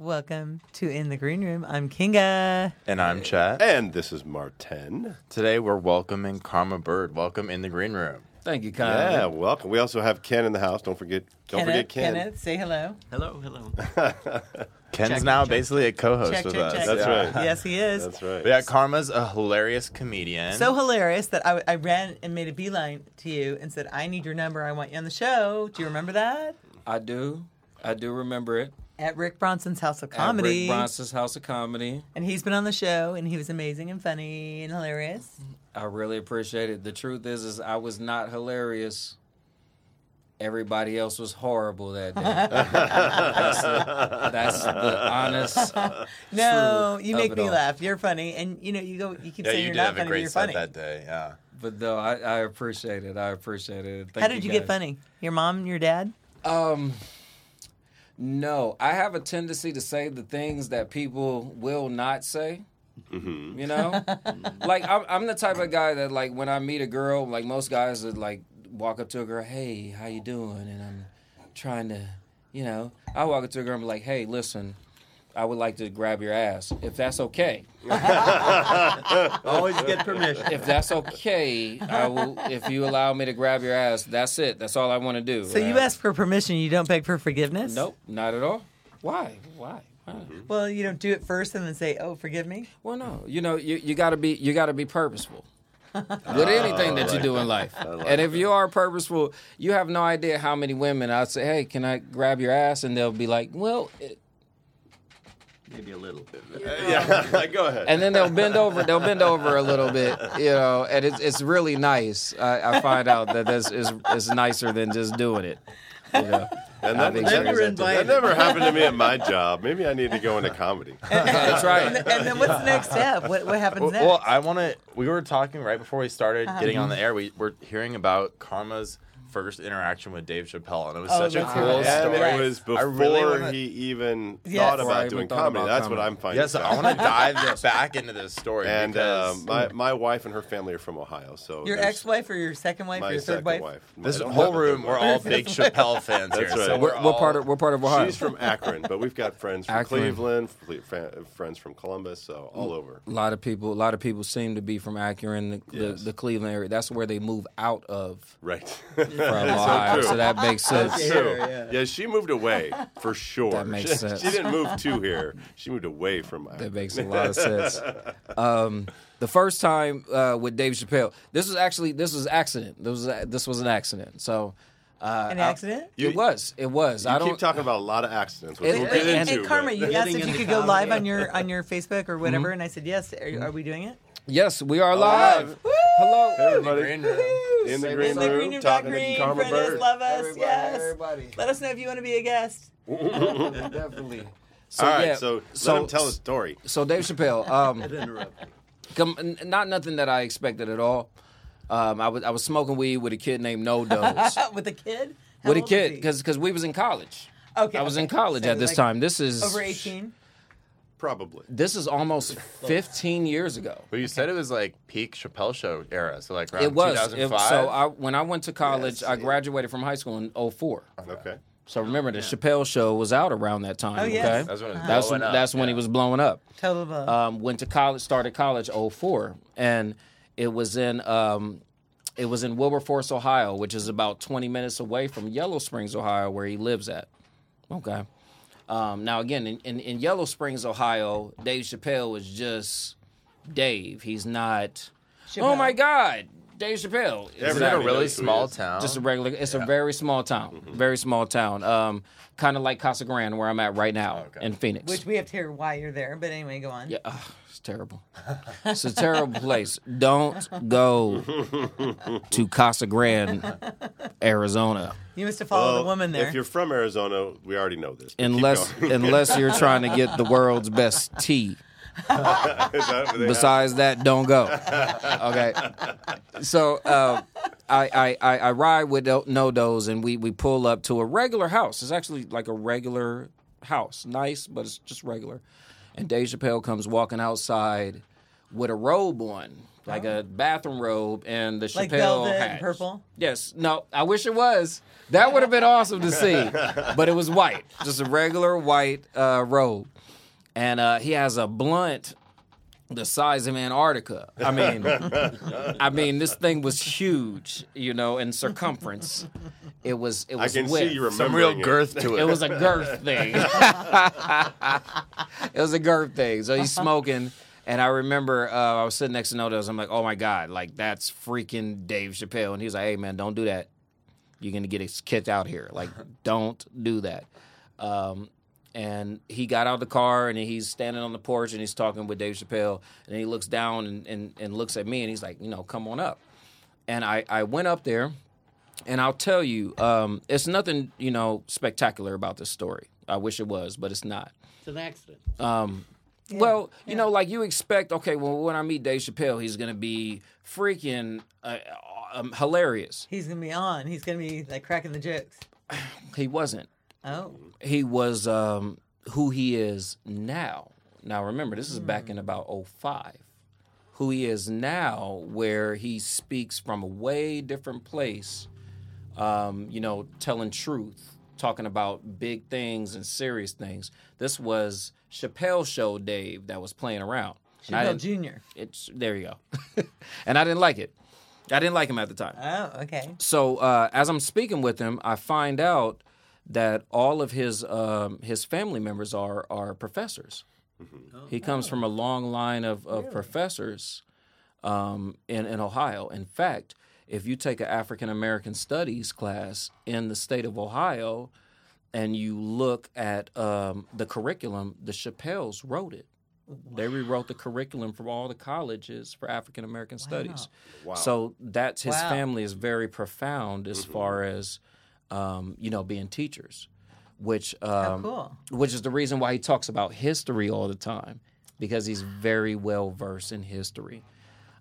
Welcome to In the Green Room. I'm Kinga. And I'm Chad. And this is Martin. Today we're welcoming Karma Bird. Welcome in the green room. Thank you, Yeah, Kyle. welcome. We also have Ken in the house. Don't forget, don't forget Ken. Kenneth, say hello. Hello, hello. Ken's Check, now check. basically a co-host Check, with check, us. check. That's right. Yes, he is. That's right. But yeah, Karma's a hilarious comedian. So hilarious that I, I ran and made a beeline to you and said, I need your number. I want you on the show. Do you remember that? I do. I do remember it. At Rick Bronson's House of At Comedy. Rick Bronson's House of Comedy. And he's been on the show and he was amazing and funny and hilarious. I really appreciate it. The truth is, is I was not hilarious. Everybody else was horrible that day. that's, the, that's the honest. No, truth you of make it me all. laugh. You're funny. And you know, you go you keep yeah, saying you are not did have a funny, but great you're set funny. that day. Yeah. But though I, I appreciate it. I appreciate it. Thank How did you get guys. funny? Your mom, your dad? Um, no, I have a tendency to say the things that people will not say. You know, like I'm, I'm the type of guy that like when I meet a girl, like most guys would like walk up to a girl, hey, how you doing? And I'm trying to, you know, I walk up to a girl and be like, hey, listen. I would like to grab your ass, if that's okay. Always get permission. If that's okay, I will. If you allow me to grab your ass, that's it. That's all I want to do. So you ask for permission, you don't beg for forgiveness? Nope, not at all. Why? Why? Why? Well, you don't do it first and then say, "Oh, forgive me." Well, no. You know, you, you gotta be you gotta be purposeful Ah, with anything that you do in life. and if you are purposeful, you have no idea how many women I say, "Hey, can I grab your ass?" And they'll be like, "Well," it- Maybe a little bit. yeah, go ahead. and then they'll bend over. They'll bend over a little bit, you know. And it's it's really nice. I, I find out that this is is nicer than just doing it. You know? And I that, think that- so. Never invited. that never happened to me at my job. Maybe I need to go into comedy. That's right. And, and then what's the next step? What what happens Well, next? Uh-huh. well, I want to. We were talking right before we started getting on the air. We were hearing about Karma's first interaction with Dave Chappelle, and it was Oh, such a that's cool right. and story. it was I before really wanna- he even Yes. thought Before I about even doing thought comedy. about That's comedy. what I'm finding. Yes, I out. want to dive back into this story. And uh, because my my wife and her family are from Ohio, so your there's ex-wife or your second wife or my your third second wife? this I don't whole have a third room, we're wife. all big Chappelle fans here. That's right. So We're- we're, all, What part of what part of Ohio? She's from Akron, but we've got friends from Akron. Cleveland, fle- fa- friends from Columbus, so all over. A lot of people, a lot of people seem to be from Akron, the, Yes. the, the Cleveland area. That's where they move out of Right. from Ohio, true. so, that makes sense. That's true. Yeah. she moved away for sure. That makes she, sense. She didn't move to here. She moved away from. That makes a lot of sense. Um, the first time uh, with Dave Chappelle, this was actually this was accident. This was a- this was an accident. So uh, An I- accident? You- it was. It was. You I keep don't. talking about a lot of accidents, which It- we'll it- get Hey, into. hey, Karma, but- you Getting asked if into you could go comedy. live on your on your Facebook or whatever, and I said yes. Are, are we doing it? yes, we are live. Hello. Hey, in the everybody. green room. In the Say green In the hello. room, green room, dark talking green, to Karma friend us, Bird. love us, yes. everybody. Let us know if you want to be a guest. Definitely. So, All right, yeah, so, let him tell a story. So Dave Chappelle. Um, Interrupt. Com- n- not nothing that I expected at all. Um, I was I was smoking weed with a kid named No Dose. Oh, With a kid? How with a old was kid he? because we was in college. okay, I was in okay. college So, at this like, time. This is Over eighteen. Probably. This is almost 15 years ago. But you said it was like peak Chappelle show era, so like around It was. It- 2005. so I, when I went to college, I graduated from high school in 04. Okay. Oh, So remember, the Chappelle show was out around that time. Oh, yes. Okay, That's when it was that's blowing when, up, that's when he yeah. was blowing up. Total love. um, went to college, started college 04, and it was in um, it was in Wilberforce, Ohio, which is about 20 minutes away from Yellow Springs, Ohio, where he lives at. Okay. Um, now again, in, in, in Yellow Springs, Ohio, Dave Chappelle is just Dave. He's not. Oh Chappelle. my God, Dave Chappelle. Everybody Is it a knows who really he small is. town? Just a regular. It's a very small town. Very small town. Um, kind of like Casa Grande, where I'm at right now in Phoenix. Which we have to hear why you're there, but anyway, go on. Yeah, ugh, it's terrible. It's a terrible place. Don't go to Casa Grande, Arizona, You must have followed Well, a Oh, woman there. If you're from Arizona, we already know this. but keep unless going. unless you're trying to get the world's best tea. Is that what they have? Besides that, don't go. Okay. So uh, I, I, I I ride with No- No Dose, and we we pull up to a regular house. It's actually like a regular house, nice, but it's just regular. And Dave Chappelle comes walking outside with a robe on, like a bathroom robe, and the Chappelle Oh. Like velvet and hat. purple? Yes. No, I wish it was. That would have been awesome to see, but it was white, just a regular white uh, robe, and uh, he has a blunt the size of Antarctica. I mean, I mean, this thing was huge, you know, in circumference. It was. It I was. can width. see you remember Some real girth to it. It was a girth thing. it was a girth thing. So he's smoking. And I remember uh, I was sitting next to Nodos. I'm like, oh my God, like that's freaking Dave Chappelle. And he was like, hey man, don't do that. You're going to get us kicked out here. Like, don't do that. Um, and he got out of the car and he's standing on the porch and he's talking with Dave Chappelle. And he looks down and, and, and looks at me and he's like, you know, come on up. And I, I went up there and I'll tell you, um, it's nothing, you know, spectacular about this story. I wish it was, but it's not. Um, It's an accident. Well, you know, like you expect, okay, well, when I meet Dave Chappelle, he's going to be freaking uh, um, hilarious. He's gonna be on. He's gonna be like cracking the jokes. He wasn't. Oh, He was um, who he is now. Now, remember, this is back in about 05. Who he is now, where he speaks from a way different place, um, you know, telling truth, talking about big things and serious things. This was Chappelle Show Dave that was playing around. And I Chappelle didn't- Junior. It's there you go. and I didn't like it. I didn't like him at the time. Oh, okay. So uh, as I'm speaking with him, I find out that all of his um, his family members are are professors. He comes from a long line of, of professors um, in in Ohio. In fact, if you take an African American studies class in the state of Ohio, and you look at um, the curriculum, the Chappelles wrote it. They rewrote the curriculum for all the colleges for African American studies. So that's his Wow. family is very profound as far as um, you know being teachers, which um, cool. which is the reason why he talks about history all the time because he's very well versed in history.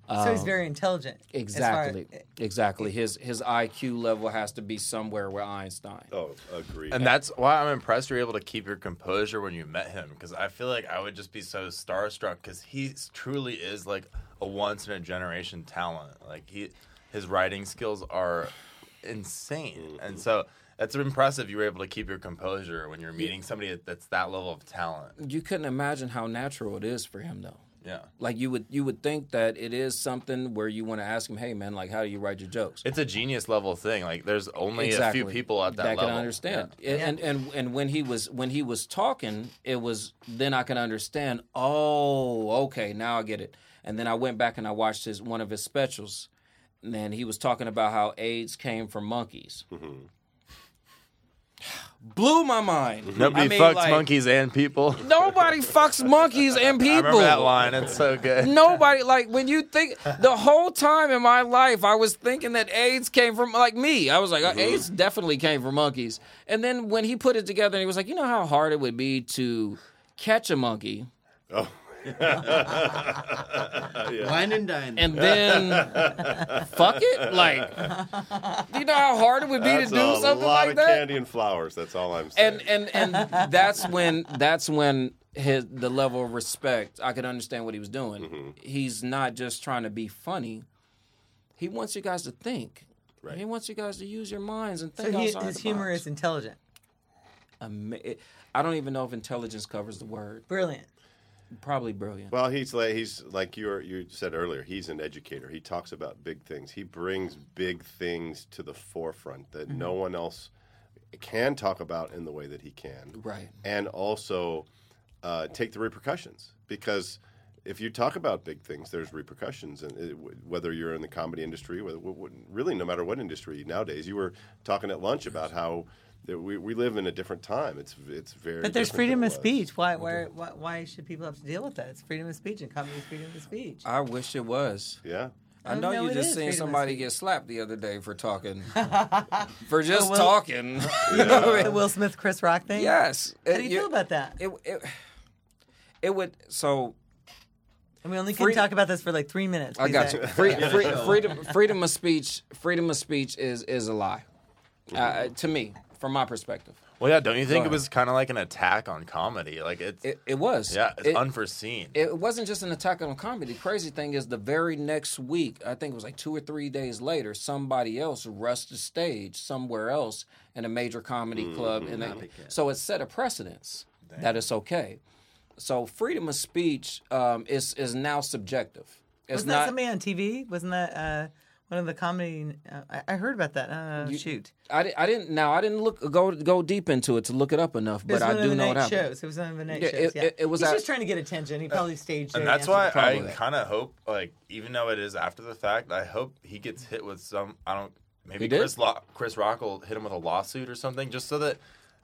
so he's very intelligent. as far- um, Exactly, exactly. His his IQ level has to be somewhere with Einstein. Oh, agreed. And that's why I'm impressed you're able to keep your composure when you met him because I feel like I would just be so starstruck because he truly is like a once in a generation talent. Like he, his writing skills are insane, and so that's impressive. You were able to keep your composure when you're meeting somebody that's that level of talent. You couldn't imagine how natural it is for him though. Yeah, Like you would you would think that it is something where you want to ask him, hey man, like how do you write your jokes? it's a genius level thing. Like there's only a few people at that, that level can understand. And, and and and when he was when he was talking, it was then I can understand. Oh, okay, now I get it. And then I went back and I watched his one of his specials, and he was talking about how AIDS came from monkeys. Blew my mind. Nobody I mean, fucks like, monkeys and people. Nobody fucks monkeys and people. I remember that line. It's so good. Nobody like when you think the whole time in my life I was thinking that AIDS came from like me. I was like uh, Mm-hmm. AIDS definitely came from monkeys. And then when he put it together and he was like, "You know how hard it would be to catch a monkey Wine and dine. and then fuck it?" Like do you know how hard it would be that's to a do something lot like of that? candy and flowers. That's all I'm saying. And and and that's when that's when his the level of respect I could understand what he was doing. He's not just trying to be funny. He wants you guys to think. Right. He wants you guys to use your minds and think So he, outside his the humor box. is intelligent, Ama- it- I don't even know if intelligence covers the word. brilliant. Probably brilliant. Well, he's like he's like you were, you said earlier. He's an educator. He talks about big things. He brings big things to the forefront that Mm-hmm. no one else can talk about in the way that he can. Right. And also uh, take the repercussions because if you talk about big things, there's repercussions, and it, whether you're in the comedy industry, whether, wh- wh- really no matter what industry nowadays. You were talking at lunch about how. that We, we live in a different time. It's it's very. But there's different than freedom it of was. speech. Why, why, why, why should people have to deal with that? It's freedom of speech, and comedy is freedom of speech. I wish it was. Yeah. I Oh, know no, you it just is seen freedom of somebody speech. get slapped the other day for talking. for just Will- talking. You know what The I mean? Will Smith, Chris Rock thing. Yes. How do you feel about that? it, it, it would so and we only free- can talk about this for like three minutes. I got you. because Free, free, freedom, freedom of speech, freedom of speech is is a lie, uh, to me, uh, from my perspective. Well, yeah. Don't you think ahead. it was kind of like an attack on comedy? Like it's It, it was. yeah, it's It- unforeseen. it wasn't just an attack on comedy. The crazy thing is, the very next week, I think it was like two or three days later, somebody else rushed the stage somewhere else in a major comedy Mm-hmm. club. And they, so it set a precedence that it's okay. So freedom of speech um, is is now subjective. It's Wasn't that somebody on TV? Wasn't that uh, one of the comedy? Uh, I, I heard about that. Uh, shoot, I, di- I didn't now I didn't look go go deep into it to look it up enough, it was but one I do of the know it night happened. shows. It was one of the night Yeah, shows. it- yeah, it- it was He's at- just trying to get attention. He probably staged it. and that's after the why fact. I Probably. kind of hope, like, even though it is after the fact, I hope he gets hit with some. I don't. He Maybe did? Chris Lo- Chris Rock will hit him with a lawsuit or something, just so that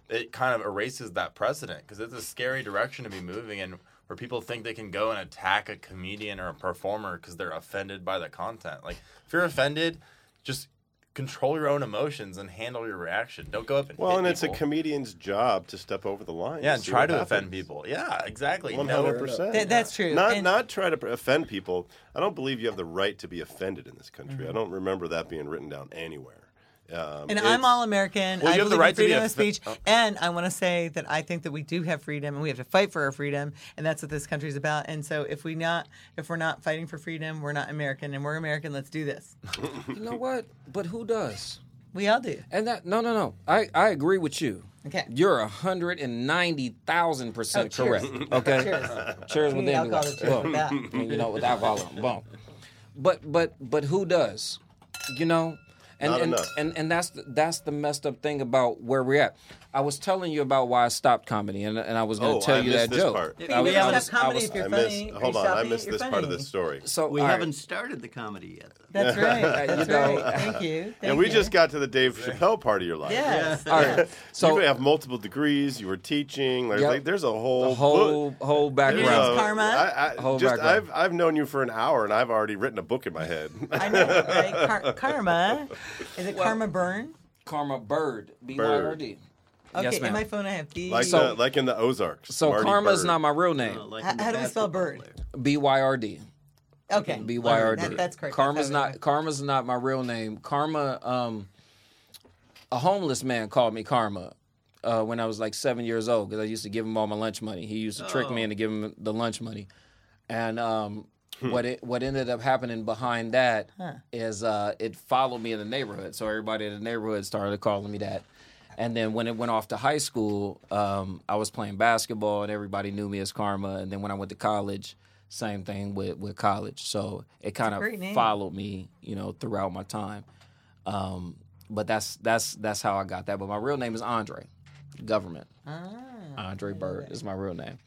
it kind of erases that precedent because it's a scary direction to be moving in, where people think they can go and attack a comedian or a performer because they're offended by the content. Like, if you're offended, just control your own emotions and handle your reaction. Don't go up and Well, hit and it's a people. comedian's job to step over the line. yeah, and see try what to offend happens. people. Yeah, exactly. One No- hundred percent. Th- that's true. Not And- not try to offend people. I don't believe you have the right to be offended in this country. I don't remember that being written down anywhere. Um, Mm-hmm. And it's- I'm all American. Well, I you have the believe in right to be freedom a- of speech. oh. And I want to say that I think that we do have freedom, and we have to fight for our freedom, and that's what this country is about. And so, if we not, if we're not fighting for freedom, we're not American, and we're American. Let's do this. You know what? But who does? We all do. And that no no no. I, I agree with you. Okay. You're hundred and ninety thousand percent Oh, cheers. correct. Okay. Cheers. Cheers We with need alcohol the to cheers with that. Boom. You know, without volume. Boom. But but but who does? You know? And Not and, enough. and and that's the, that's the messed up thing about where we're at. I was telling you about why I stopped comedy, and, and I was going to Oh, tell I you missed that this joke. part. But I you was- may I not was- have I comedy was- if you're I funny. missed. Are you Hold on, I stopping it? missed You're this part of funny. the story. So We all right. haven't started the comedy yet. Though. That's right. That's You know, right. Thank you. Thank and we you. just got to the Dave Chappelle part of your life. Yes. All right. you So have multiple degrees. You were teaching. Like, Yep. like, there's a whole the whole book. whole There's Your name's a- background. Karma? I, I, Whole just, background. I've I've known you for an hour, and I've already written a book in my head. I know, right? Car- karma. Is it Karma Burn? Karma Bird. B Y Bird. R D. Okay, Yes, in ma'am. my phone I have B. like So- the, like in the Ozarks. So Marty Karma is Bird. not my real name. You know, like How- in the how do we spell basketball bird? player. B Y R D. okay. B Y R D. That- that's correct. Karma's That's how it not Karma's not my real name. Karma, um, a homeless man called me Karma uh, when I was like seven years old because I used to give him all my lunch money. He used to trick Oh. me into giving him the lunch money, and um, what it what ended up happening behind that is uh, it followed me in the neighborhood. So everybody in the neighborhood started calling me that. And then when it went off to high school, um, I was playing basketball and everybody knew me as Karma. And then when I went to college, same thing with, with college. So it kind great of name. followed me, you know, throughout my time. Um, but that's that's that's how I got that. But my real name is Andre, government. Ah. Andre Bird is my real name.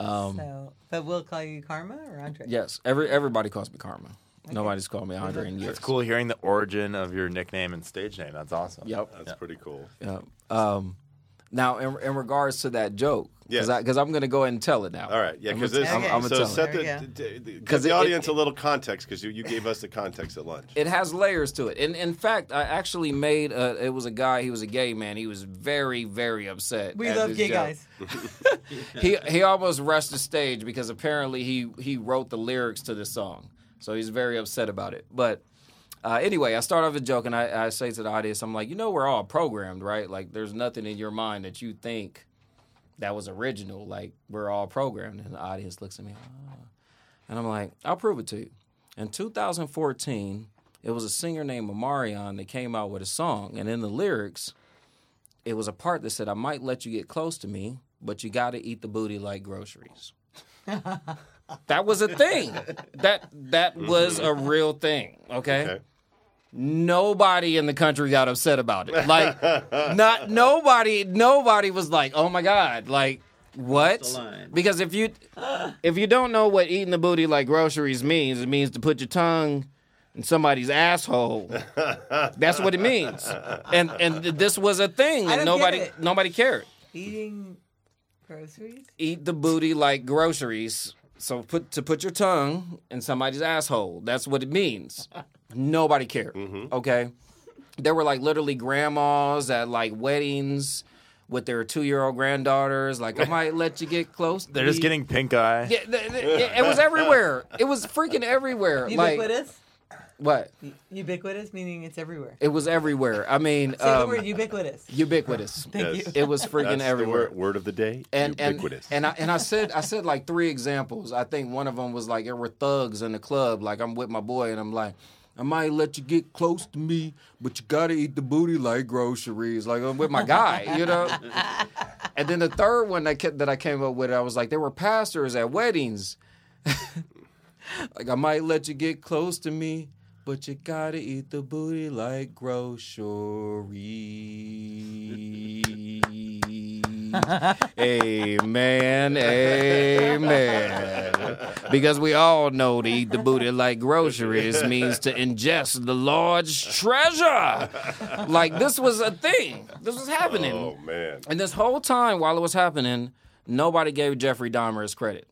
So, but we'll call you Karma or Andre. Yes, every everybody calls me Karma. Nobody's called me Andre in years. It's cool hearing the origin of your nickname and stage name. That's awesome. Yep. That's pretty cool. Um, now, in, in regards to that joke, Yes. because I'm going to go ahead and tell it now. All right, yeah, I'm because gonna- this. I'm- I'm gonna so tell it. set the, There d- you d- d- give 'Cause the it- audience a little context because you, you gave us the context at lunch. It has layers to it. And in fact, I actually made a, it was a guy, he was a gay man. He was very, very upset. We at love this gay joke. guys. He he almost rushed the stage because apparently he he wrote the lyrics to this song. So he's very upset about it. But uh, anyway, I start off a joke and I, I say to the audience, I'm like, you know, we're all programmed, right? Like, there's nothing in your mind that you think that was original. Like, we're all programmed. And the audience looks at me, "Ah." and I'm like, I'll prove it to you. In 2014, it was a singer named Amarion that came out with a song, and in the lyrics, it was a part that said, "I might let you get close to me, but you got to eat the booty like groceries." that was a thing. That that was a real thing. Okay? Okay. Nobody in the country got upset about it. Like, not nobody. Nobody was like, "Oh my god!" Like. What? the line? Because if you if you don't know what eating the booty like groceries means, it means to put your tongue in somebody's asshole. That's what it means. And and th- this was a thing, I and don't nobody get it. nobody cared. Eating groceries. Eat the booty like groceries. So put to put your tongue in somebody's asshole. That's what it means. Nobody cared. Okay. There were like literally grandmas at like weddings with their two year old granddaughters. Like I might let you get close. They're just getting pink eye. Yeah, th- th- it, it was everywhere. It was freaking everywhere. like Ubiquitous. What? Ubiquitous, meaning it's everywhere. It was everywhere. I mean, Say the um, word ubiquitous. ubiquitous. Thank Yes. you. It was freaking That's everywhere. The word, word of the day. and and, ubiquitous. and I and I said I said like three examples. I think one of them was like there were thugs in the club. Like I'm with my boy, and I'm like, I might let you get close to me, but you gotta eat the booty like groceries. Like I'm with my guy, you know. and then the third one that kept, that I came up with, I was like, there were pastors at weddings. like I might let you get close to me. But you gotta eat the booty like groceries. Amen. Amen. Because we all know to eat the booty like groceries means to ingest the large treasure. Like this was a thing. This was happening. oh man, And this whole time while it was happening, nobody gave Jeffrey Dahmer his credit.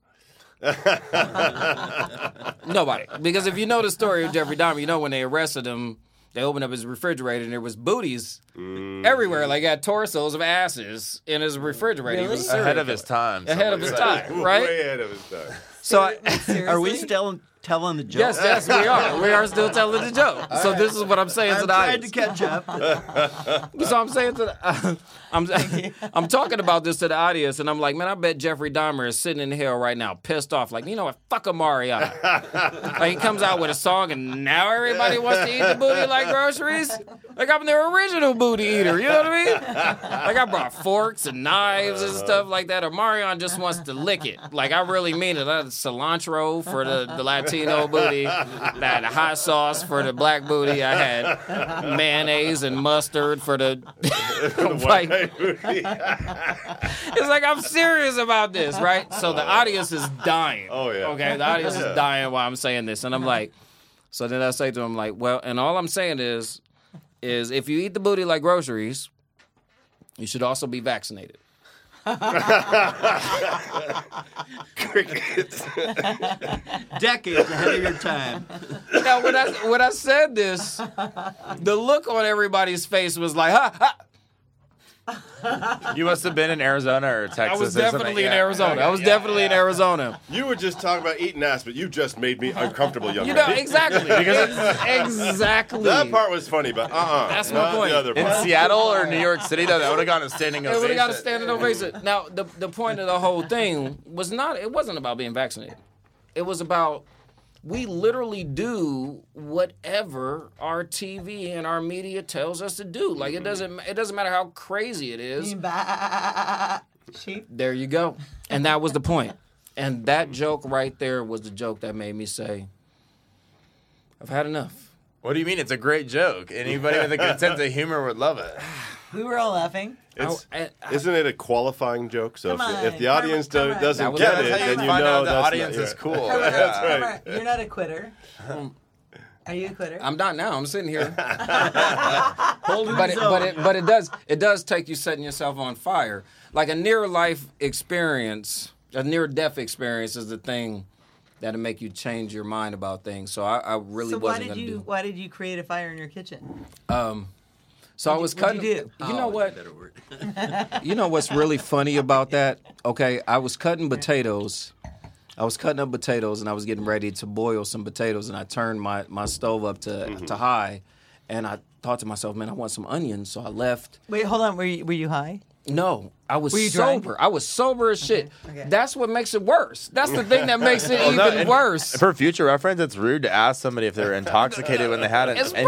nobody. Because if you know the story of Jeffrey Dahmer, you know when they arrested him, they opened up his refrigerator and there was booties everywhere. Like he had torsos of asses in his refrigerator. He was a Really? serial ahead of killer. his time. Ahead of his somebody said. time, right? way ahead of his time. So I, Seriously? Are we still telling the joke? yes, yes, we are. We are still telling the joke. So this is what I'm saying I'm to the trying to audience. catch up. So I'm saying to the, I'm I'm talking about this to the audience, and I'm like, man, I bet Jeffrey Dahmer is sitting in hell right now, pissed off, like, you know what, fuck a Mariana. like he comes out with a song, and now everybody wants to eat the booty like groceries. Like I'm the original booty eater, you know what I mean? Like I brought forks and knives and stuff like that. Or Marion just wants to lick it. Like I really mean it. That's cilantro for the, the Latino booty, that hot sauce for the black booty. I had mayonnaise and mustard for the like, it's like I'm serious about this, right? So the audience is dying. Oh, yeah. Okay, the audience is dying while I'm saying this, and I'm like, so then I say to him like, well, and all I'm saying is, is if you eat the booty like groceries, you should also be vaccinated. Crickets. Decades ahead of your time. Now when I when I said this, the look on everybody's face was like, ha, ha. You must have been in Arizona or Texas. I was or something. definitely in Yeah. Arizona. I was definitely in Arizona. you were just talking about eating ass, but you just made me uncomfortable, young You know man. exactly. Ex- exactly. that part was funny, but uh, uh That's my not point. The other In part. Seattle or New York City, though, that would have gotten a standing It ovation. would have got a standing ovation. Now, the the point of the whole thing was not. It wasn't about being vaccinated. It was about we literally do whatever our TV and our media tells us to do. Like it doesn't. It doesn't matter how crazy it is. Mm-hmm. Bye. Sheep. There you go. And that was the point. And that joke right there was the joke that made me say, "I've had enough." What do you mean? It's a great joke. Anybody with a good sense of humor would love it. We were all laughing. It's- I- I- Isn't it a qualifying joke? So if, Come the- if on, the come audience on, do- come on. doesn't That was- get that's it, how you then you find know out the that's audience not is your- cool. Come Yeah. on, come on. You're not a quitter. Um, Are you a quitter? I'm not now. I'm sitting here. but it, but it but it does it does take you setting yourself on fire. Like a near life experience, a near death experience is the thing that'll make you change your mind about things. So I, I really so why wasn't did gonna you do. why did you create a fire in your kitchen? So I was what'd cutting. you do? you know Oh, what? that's a better word. You know what's really funny about that? Okay, I was cutting potatoes. I was cutting up potatoes and I was getting ready to boil some potatoes and I turned my, my stove up to to high and I thought to myself, man, I want some onions. So I left Wait, hold on. Were you, were you high? No, I was you drunk? sober. I was sober as shit. okay. Oh, That's what makes it worse. That's the thing that makes it even no, and- worse. For future reference, it's rude to ask somebody if they were intoxicated when they had an It's injury.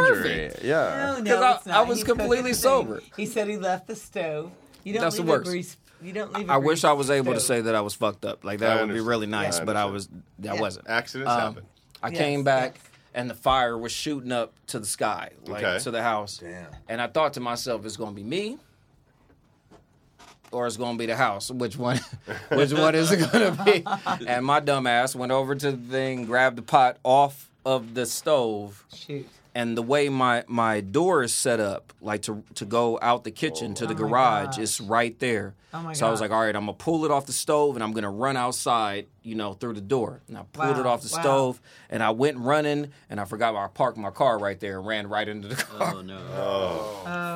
perfect. Yeah. no, 'Cause I- it's not. I was He's cooking completely the thing. sober. He said he left the stove. You don't That's the leave worst. a grease. You don't leave. I I wish I was able to say that I was fucked up. Like that I would be understand. really Yeah, I nice, but I was understand. that Yeah. wasn't. Accidents happen. Um, I Yes, came back yes. and the fire was shooting up to the sky, like Okay. to the house. And I thought to myself, it's gonna be me. Or it's gonna be the house. Which one? Which one is it gonna be? And my dumb ass went over to the thing, grabbed the pot off of the stove, Shoot. and the way my my door is set up, like to to go out the kitchen to the Oh, my garage, gosh. it's right there. Oh my so I was God. like, all right, I'm gonna pull it off the stove and I'm gonna run outside, you know, through the door. And I pulled it Wow, off the wow. stove and I went running and I forgot I parked my car right there and ran right into the car. Oh, no.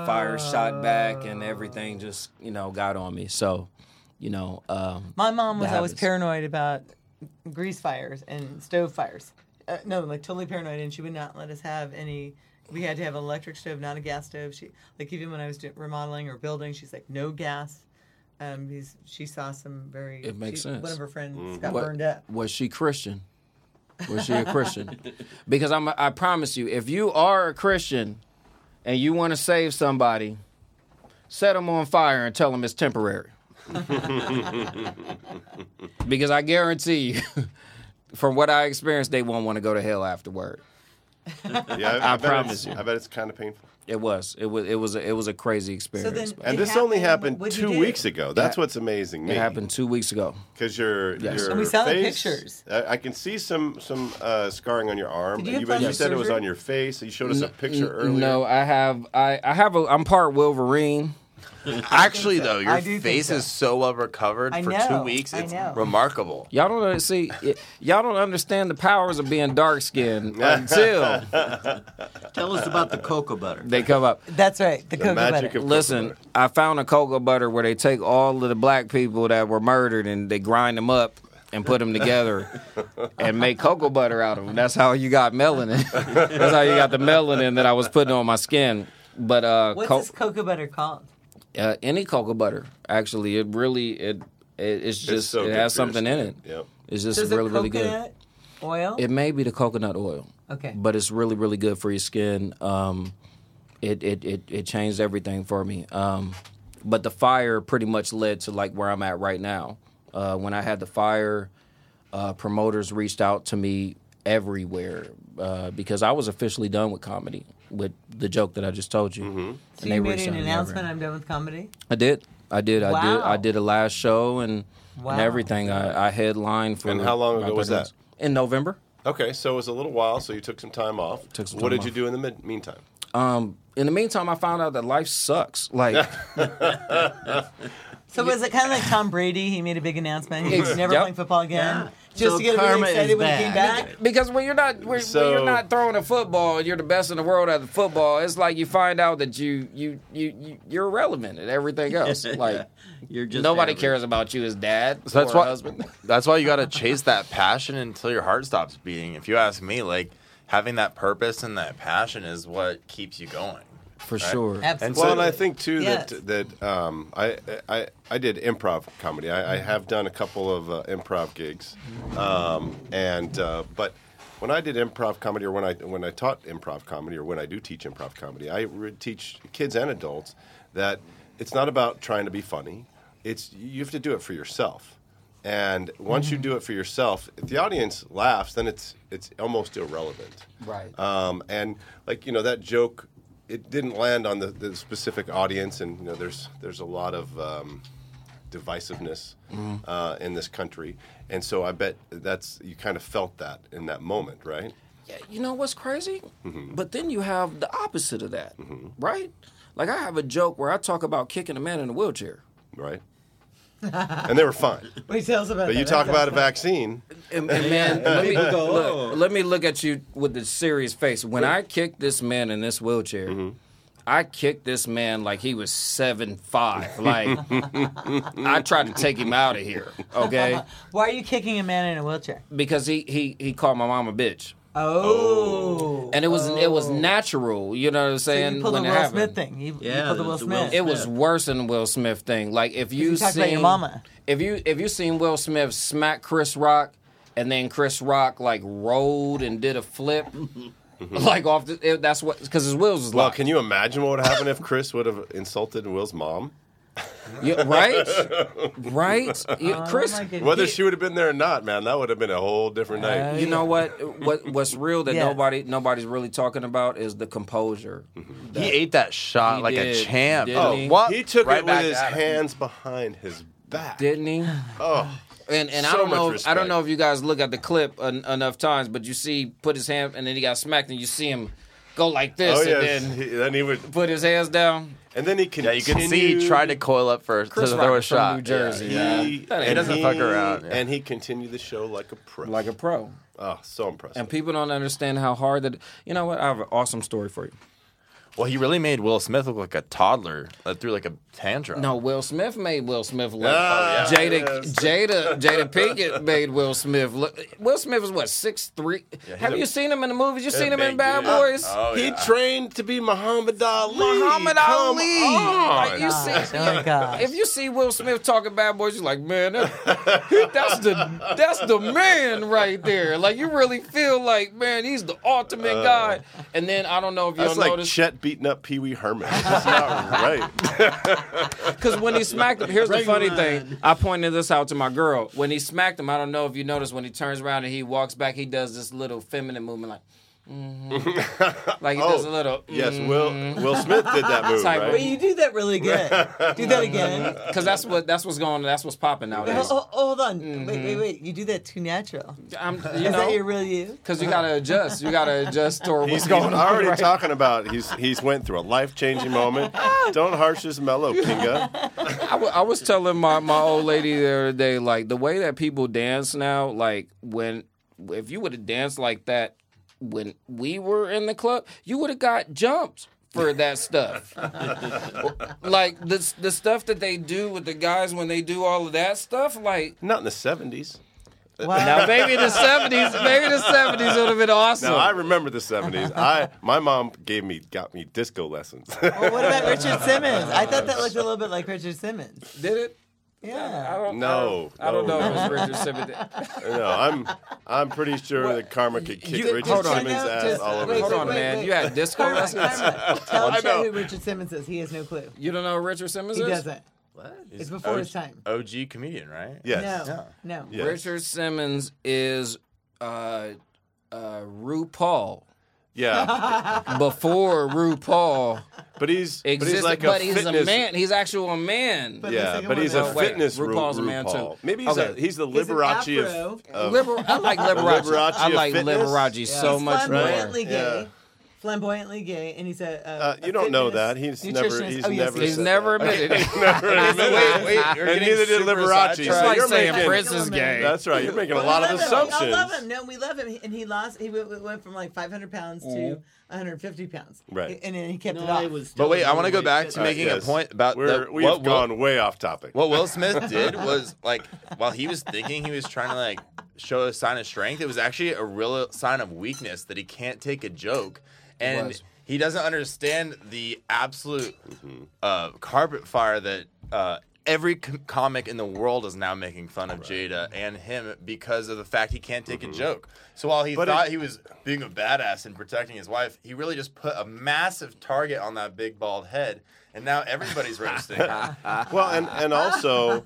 Fire shot back and Oh. everything just you know got on me. So, you know, um, My mom was That always happens. paranoid about grease fires and stove fires. uh, no, like totally paranoid, and she would not let us have any. We had to have an electric stove, not a gas stove. She like even when I was doing remodeling or building, she's like no gas. Um, because she saw some very. It makes she- One sense. of her friends Mm-hmm. got What- burned up. Was she Christian? Was she a Christian? because I'm, I promise you, if you are a Christian and you want to save somebody, set them on fire and tell them it's temporary. because I guarantee you, from what I experienced, they won't want to go to hell afterward. Yeah, I, bet promise it's- you. I bet it's kind of painful. It was, it was, it was, a, it was a crazy So experience. then, man. And it this only happened What'd you two do? weeks ago. That's what's amazing. Me. it happened two weeks ago. because your Yes. your And we saw the face- pictures. I, I can see some some uh, scarring on your arm. Did you but have you plastic said it was surgery? on your face. You showed us a picture earlier. No, I have, I, I have a, I'm part Wolverine. Actually, though, your I do think face so. is so well recovered I for know, two weeks. I It's know. remarkable. Y'all don't under- see. y- Y'all don't understand the powers of being dark skinned until Tell us about the cocoa butter. they come up. That's right. The, The cocoa magic butter. of Listen, I found a cocoa butter where they take all of the black people that were murdered and they grind them up and put them together and make cocoa butter out of them. That's how you got melanin. That's how you got the melanin that I was putting on my skin. But uh, What's co- this cocoa butter called? uh any cocoa butter actually, it really it, it it's just so it good has for your something in it. skin. Yep. It's just So is really it really coconut good. oil? It may be the coconut oil. okay. but it's really really good for your skin. Um, it, it it it changed everything for me. Um, but the fire pretty much led to like where I'm at right now. Uh, when I had the fire, uh, promoters reached out to me everywhere uh, because I was officially done with comedy with the joke that I just told you. Mm-hmm. And so you made reached an out to me announcement. everywhere. I'm done with comedy. I did. I did. I did. Wow. I did a last show and, Wow. and everything. I, I headlined for. And how long ago was that? In November. Okay, so it was a little while. So you took some time off. Took some what time did you off. do in the mid- meantime? Um, in the meantime, I found out that life sucks. Like. So was it kind of like Tom Brady? He made a big announcement. He was never Yep. playing football again, Yeah. just So to get really karma is excited when he came bad. back. Because when you're not when, when So- you're not throwing a football and you're the best in the world at the football, it's like you find out that you you you, you you're irrelevant at everything else. Like You're just nobody average. cares about you as dad So that's or why. husband. That's why you got to chase that passion until your heart stops beating. If you ask me, like having that purpose and that passion is what keeps you going. For sure. Absolutely. Well, and I think too Yes. that that um, I, I I did improv comedy. I, I have done a couple of uh, improv gigs, um, and uh, but when I did improv comedy, or when I when I taught improv comedy, or when I do teach improv comedy, I re- teach kids and adults that it's not about trying to be funny. It's you have to do it for yourself, and once you do it for yourself, if the audience laughs, then it's it's almost irrelevant. Right. Um, and like you know that joke, it didn't land on the, the specific audience, and you know there's there's a lot of um, divisiveness uh, in this country, and so I bet that's you kind of felt that in that moment, right? Yeah, you know what's crazy? Mm-hmm. But then you have the opposite of that, right? Like I have a joke where I talk about kicking a man in a wheelchair. Right. and they were fine, Wait, tell us about but you that. talk about a vaccine. And, and man, let me, look, let me look at you with the serious face. When I kicked this man in this wheelchair, Mm-hmm. I kicked this man like he was seven five. Like I tried to take him out of here, okay? Why are you kicking a man in a wheelchair? Because he he he called my mom a bitch, Oh. and it was it was natural. You know what I'm So saying? you pulled the when Will it happened, Smith thing. You, you Yeah, pulled the Will the Will Smith. it was Yeah. worse than Will Smith thing. Like if you, you talked seen, about your mama. If you if you seen Will Smith smack Chris Rock, and then Chris Rock like rolled and did a flip, Mm-hmm. like off the. It, that's what because his wheels was Well, locked. can you imagine what would happen if Chris would have insulted Will's mom? You- right, right. Oh, You- Chris, my goodness. Whether she would have been there or not, man, that would have been a whole different Uh, night. you know what? What what's real that Yeah. nobody nobody's really talking about is the composure. Mm-hmm. He ate that shot He like did, a champ. didn't Oh, he? what? He took Right it back with his at him. hands behind his back. Didn't he? Oh. And and I So don't much know I respect. don't know if you guys look at the clip en- enough times, but you see put his hand and then he got smacked and you see him go like this Oh and yeah, then he, then he would, put his hands down. and then he continued. Yeah, you can see he tried to coil up first to Chris throw Rock a is from shot. New Jersey. Yeah. Yeah. He, That ain't- He doesn't and fuck around, yeah. and he continued the show like a pro. Like a pro. oh, so impressive. And people don't understand how hard that you know what? I have an awesome story for you. Well, he really made Will Smith look like a toddler that threw like a tantrum. No, Will Smith made Will Smith look. Ah, Jada, yes. Jada, Jada Pinkett made Will Smith look. Will Smith is what six three. he's Have a- you seen him in the movies? You seen him big in Bad dude. Boys? Oh, he yeah. trained to be Muhammad Ali. Muhammad Come Ali. on. Like, you see, Oh my gosh. if you see Will Smith talking Bad Boys, you're like, man, that- that's the that's the man right there. Like you really feel like, man, he's the ultimate guy. And then I don't know if y'all Uh. That's like noticed. Chet beating up Pee Wee Herman. That's not right. Because when he smacked him, here's the Bring funny him thing. on. I pointed this out to my girl. When he smacked him, I don't know if you noticed, when he turns around and he walks back, he does this little feminine movement, like, mhm. like he does a little. Yes, Will Will Smith did that move, Type But right? you do that really good. Do that again. Because that's what that's what's going. That's what's popping nowadays. Oh, oh, hold on. Wait, Mm-hmm. wait, wait. You do that too natural. I'm, you Is that your know, real you? because you gotta adjust. You gotta adjust to what's He's, going he's on. already right? talking about he's he's went through a life changing moment. Don't harsh his mellow, Kinga. I, w- I was telling my, my old lady the other day, like the way that people dance now, like when if you would have danced like that when we were in the club, you would have got jumped for that stuff. like the the stuff that they do with the guys when they do all of that stuff, like. Not in the seventies. Wow. Now, maybe the seventies, maybe the seventies would have been awesome. Now I remember the seventies. I my mom gave me got me disco lessons. Well, what about Richard Simmons? I thought that looked a little bit like Richard Simmons. Did it? I Yeah. don't No, I don't, no, I don't know. If it was Richard Simmons. no, I'm I'm pretty sure that Karma could kick you- Richard hold on. Simmons' ass Just- all over. wait, Hold the wait, on, wait, man. wait. You had disco Time out, lessons. time out. Tell I know. Chad who Richard Simmons is. He has no clue. You don't know who Richard Simmons He is? doesn't. What? It's before OG, his time. OG comedian, right? Yes. No. No. Yes. Richard Simmons is uh, uh, RuPaul Yeah. before RuPaul But he's but existed, he's like a but he's fitness- a man. He's actual a man. But- Yeah, second but one he's now. a Oh, wait, fitness Ru- RuPaul's a man, RuPaul. too. Maybe he's Okay. a he's the He's an Liberace of, afro. of Liberal, I like Liberace. Liberace I of like fitness? Liberace so he's much more. flamboyantly gay. Yeah. Flamboyantly gay, and he's a. a Uh, you a don't know fitness that. He's never- nutritionist. he's oh, yes, never he is. He's never admitted it. Never admitted. Wait, wait, you're And getting neither did super Liberace, sidetracked. so It's like you're saying making- Prince is gay. That's right. You're making a We lot of love him. We all assumptions. love him. No, we love him, and he lost. He went, went from like 500 pounds to 150 pounds. Right. and then he kept it No, off. it was But wait, I want to go totally back fit. to All right, making yes. a point about We're, the, we've what, Will- gone way off topic. what Will Smith did was like while he was thinking he was trying to like show a sign of strength, it was actually a real sign of weakness that he can't take a joke, and was. he doesn't understand the absolute uh, carpet fire that. Uh, Every com- comic in the world is now making fun of Jada and him because of the fact he can't take a joke. So while he But thought it- he was being a badass and protecting his wife, he really just put a massive target on that big bald head, and now everybody's roasting. him. well, and and also,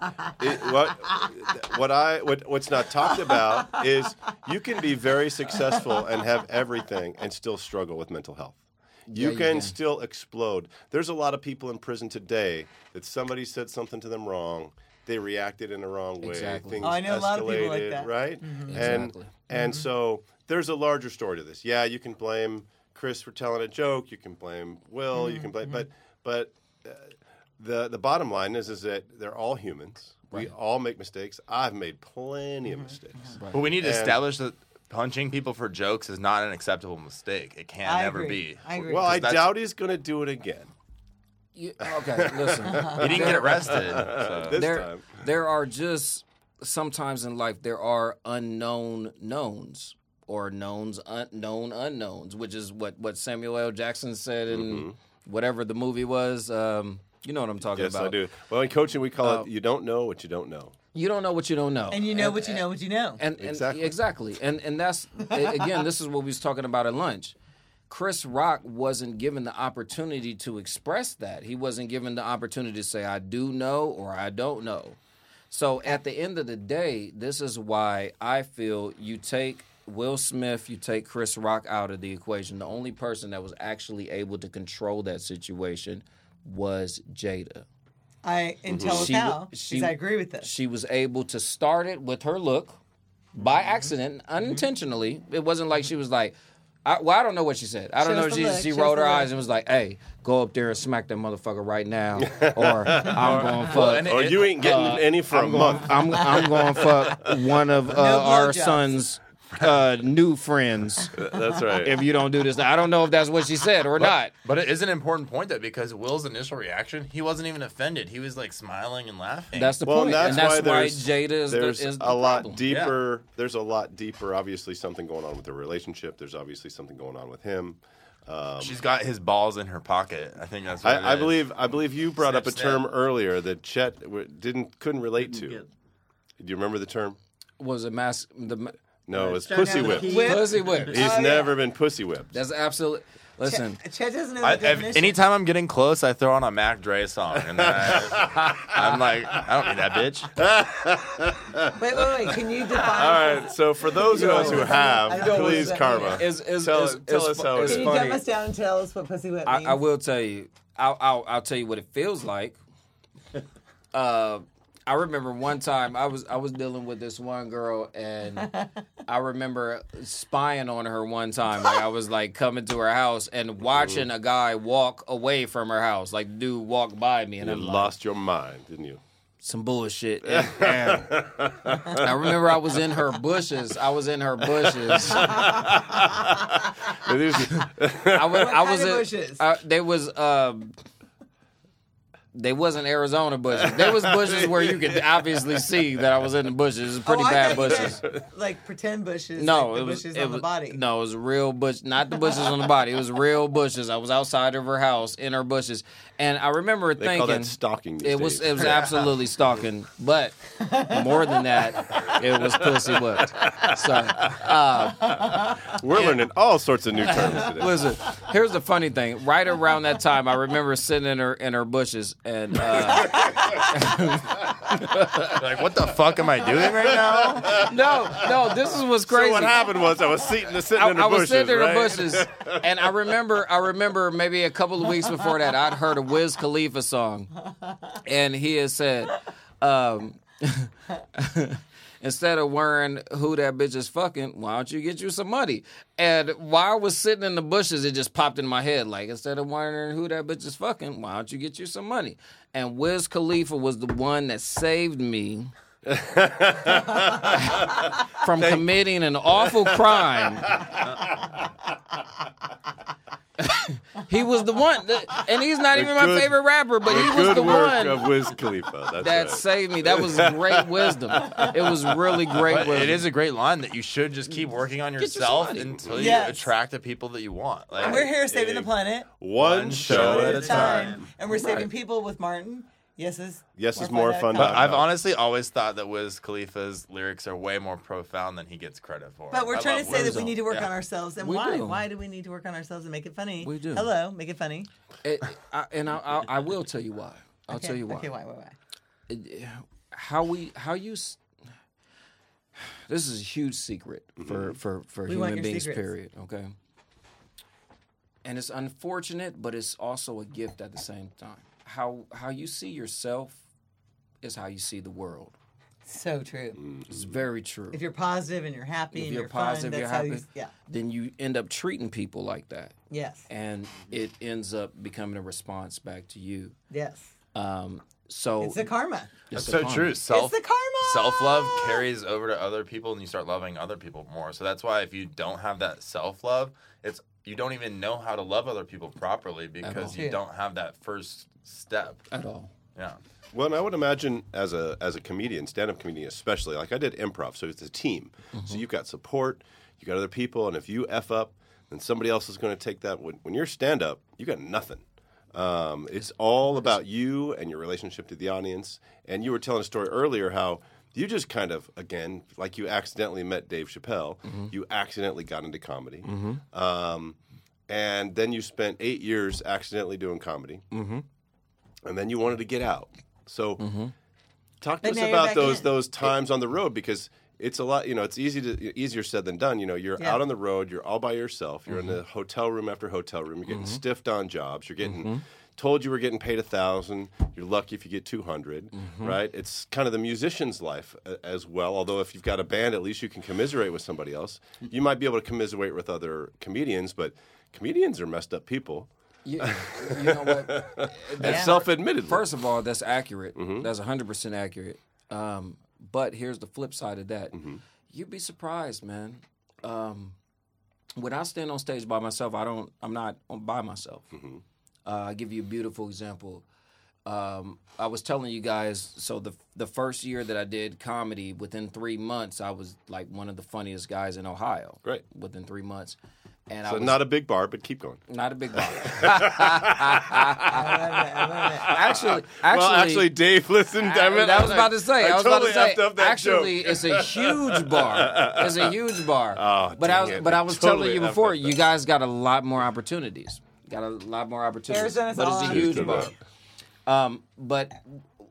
it, what what I what what's not talked about is you can be very successful and have everything and still struggle with mental health. You, you can, can. still explode. There's a lot of people in prison today that somebody said something to them wrong. They reacted in the wrong way. Exactly. Things Oh, I know a lot of people like escalated, that. Right? Mm-hmm. And Exactly. and so there's a larger story to this. Yeah, you can blame Chris for telling a joke. You can blame Will. You can blame, Mm-hmm. but but uh, the the bottom line is is that they're all humans. We all make mistakes. I've made plenty Mm-hmm. of mistakes. But we need to And- establish that punching people for jokes is not an acceptable mistake. It can I never agree. be. I agree. Well, I Because that's- doubt he's going to do it again. You- okay, listen. He didn't get arrested. so. This there, time. there are just sometimes in life there are unknown knowns or knowns unknown unknowns, which is what what Samuel L. Jackson said in whatever the movie was. Um, you know what I'm talking Mm-hmm. Yes, about. I do. Well, in coaching, we call uh, it "you don't know what you don't know." You don't know what you don't know, and you know what you know what you know. and, and Exactly. exactly. and and that's a- again this is what we was talking about at lunch chris rock wasn't given the opportunity to express that he wasn't given the opportunity to say i do know or i don't know so at the end of the day this is why i feel you take will smith you take chris rock out of the equation the only person that was actually able to control that situation was jada I Mm-hmm. and tell us She w- how. she- because I agree with this. she was able to start it with her look by Mm-hmm. accident, unintentionally. It wasn't like she was like, I, well, I don't know what she said. I don't Shows know. if the She look, she shows rolled the her look. eyes and was like, "Hey, go up there and smack that motherfucker right now, or I'm going to fuck." and it- uh, Or you ain't getting any for a month. I'm I'm going to fuck one of uh, No our blowjobs. sons. uh, new friends That's right. if you don't do this. Now, I don't know if that's what she said or not. But it is an important point that because Will's initial reaction, he wasn't even offended. He was like smiling and laughing. That's the Well, point, that's, and that's why, there's, Jada is the, there's is the a lot problem. deeper. There's a lot deeper. Obviously, something going on with their relationship. There's obviously something going on with him. Um, she's got his balls in her pocket. I think that's. What it I, I is. believe. I believe you brought up a Snip, snip. term earlier that Chet w- didn't couldn't relate to. Get- Do you remember the term? Was it mas- the ma- No, it's Check pussy out the whipped. key. He's Whip. pussy whip? never been pussy whipped. That's absolutely. Listen, Chad doesn't know the I, if, definition. anytime I'm getting close, I throw on a Mac Dre song, and then I, I'm like, I don't need that bitch. Wait, wait, wait. Can you All define? right. So for those of us who have, I don't please, know. karma. is is Tell- is, tell is- us how it is is. Can you funny. dumb us down and tell us what pussy whip I, means? I will tell you. I'll, I'll I'll tell you what it feels like. Uh, I remember one time I was I was dealing with this one girl and I remember spying on her one time. Like I was like coming to her house and watching a guy walk away from her house. Like dude walk by me and You I'm like, lost your mind, didn't you? some bullshit. And, and I remember I was in her bushes. I was in her bushes. It is- I was. What I kind was of in- bushes? I- they was. Um, they wasn't Arizona bushes. They was bushes where you could obviously see that I was in the bushes. It was pretty Oh, I bad thought you bushes. meant, Like pretend bushes. No, like the it was bushes it on was- the body. No, it was real bush, not the bushes on the body. It was real bushes. I was outside of her house in her bushes, and I remember they call thinking that stalking. These it was days. it was absolutely stalking, but more than that, it was pussy whipped. So We're learning all sorts of new terms today. Listen, here's the funny thing. Right around that time, I remember sitting in her in her bushes, and uh, Like, what the fuck am I doing right now? no, no, this is what's crazy. So what happened was I was sitting, sitting I, in the I was bushes. sitting there in right? the bushes, and I remember, I remember maybe a couple of weeks before that, I'd heard a Wiz Khalifa song, and he had said, um, instead of worrying who that bitch is fucking, why don't you get you some money? And while I was sitting in the bushes, it just popped in my head. Like, instead of wondering who that bitch is fucking, why don't you get you some money? And Wiz Khalifa was the one that saved me from committing an awful crime. he was the one, and he's not even my good- favorite rapper, but he was Good the work one of Wiz Khalifa. That's, that right. saved me. That was great wisdom. It was really great But wisdom. it is a great line that you should just keep working on yourself somebody. until you Yes. attract the people that you want. Like, We're here saving the planet. One show at a time. And we're saving people with Martin. Yes is Yes is more fun. dot But com. I've honestly always thought that Wiz Khalifa's lyrics are way more profound than he gets credit for. But we're I trying love to say Wiz. that we need to work Yeah. on ourselves. And We why? do. Why do we need to work on ourselves and make it funny? We do. Hello, make it funny. It- I, and I, I, I will tell you why. I'll Okay. tell you why. Okay, why, why, why? How we, how you. s- This is a huge secret Mm-hmm. for for for want human your beings. secrets. Period. Okay. And it's unfortunate, but it's also a gift at the same time. How how you see yourself is how you see the world. So true. It's Mm-hmm. very true. If you're positive and you're happy Mm. If and you're you're, fun, positive, that's you're how happy. you yeah. Then you end up treating people like that. Yes. and it ends up becoming a response back to you. Yes. Um, so It's the karma. That's it's a so karma. true. Self it's the karma. self love carries over to other people, and you start loving other people more. So that's why if you don't have that self love, it's you don't even know how to love other people properly because Yeah. you don't have that first step. at all. Yeah, Well, and I would imagine as a as a comedian, stand up comedian especially, like I did improv, so it's a team. So you've got support, you got other people, and if you f up, then somebody else is going to take that. When, when you're stand up, you got nothing. Um, it's all about you and your relationship to the audience. And you were telling a story earlier how you just kind of again, like you accidentally met Dave Chappelle, you accidentally got into comedy. Um, and then you spent eight years accidentally doing comedy and then you wanted to get out. So, talk to But us now you're about back those in. those times on the road because it's a lot. You know, it's easy to easier said than done. You know, you're Yeah. Mm-hmm. out on the road, you're all by yourself, you're in the hotel room after hotel room, you're getting stiffed on jobs, you're getting told you were getting paid a thousand, you're lucky if you get two Mm-hmm. right? It's kind of the musician's life a- as well. Although if you've got a band, at least you can commiserate with somebody else. You might be able to commiserate with other comedians, but comedians are messed up people. You, you know what? And Uh, Yeah. self-admittedly, First of all, that's accurate. Mm-hmm. That's hundred percent Mm-hmm. accurate. Um, but here's the flip side of that. You'd be surprised, man. um, when I stand on stage by myself, I don't. I'm not on by myself. Mm-hmm. Uh, I'll give you a beautiful example. Um, I was telling you guys. So the the first year that I did comedy, within three months, I was like one of the funniest guys in Ohio. Great. Within three months, and I So was not a big bar, but keep going. not a big bar. I love it. I love it. actually, actually, well, actually, Dave, listen, damn it. I, was about to say. I, was totally about to effed say. up that actually, joke. it's a huge bar. It's a huge bar. Oh, but dang I was, it. but I I was totally telling you effed before, up you that. guys got a lot more opportunities. Got a lot more opportunities. Arizona's but all it's a on huge YouTube. bar. Um, but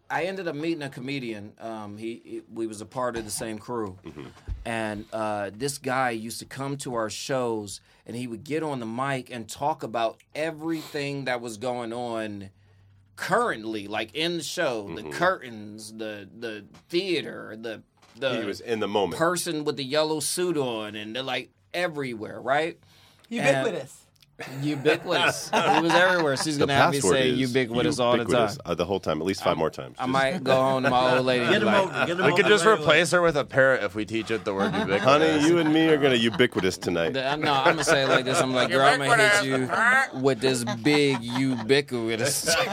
I ended up meeting a comedian. Um, he, he- we was a part of the same crew, Mm-hmm. and uh, this guy used to come to our shows, and he would get on the mic and talk about everything that was going on currently, like in the show, Mm-hmm. the curtains, the the theater, the the He was in the moment. person with the yellow suit on, and they're like everywhere, right? Ubiquitous. Ubiquitous. he was everywhere. She's the gonna have me password say is ubiquitous, all the time. ubiquitous, uh, the whole time, at least 5 more times. I Just- might go home to my old lady. and Get be him like, over. Get him We over could just right away. replace her with a parrot if we teach it the word ubiquitous. Honey, you and me are going to ubiquitous tonight. The- No, I'm gonna say it like this. I'm like, girl, I'm gonna hit you with this big ubiquitous.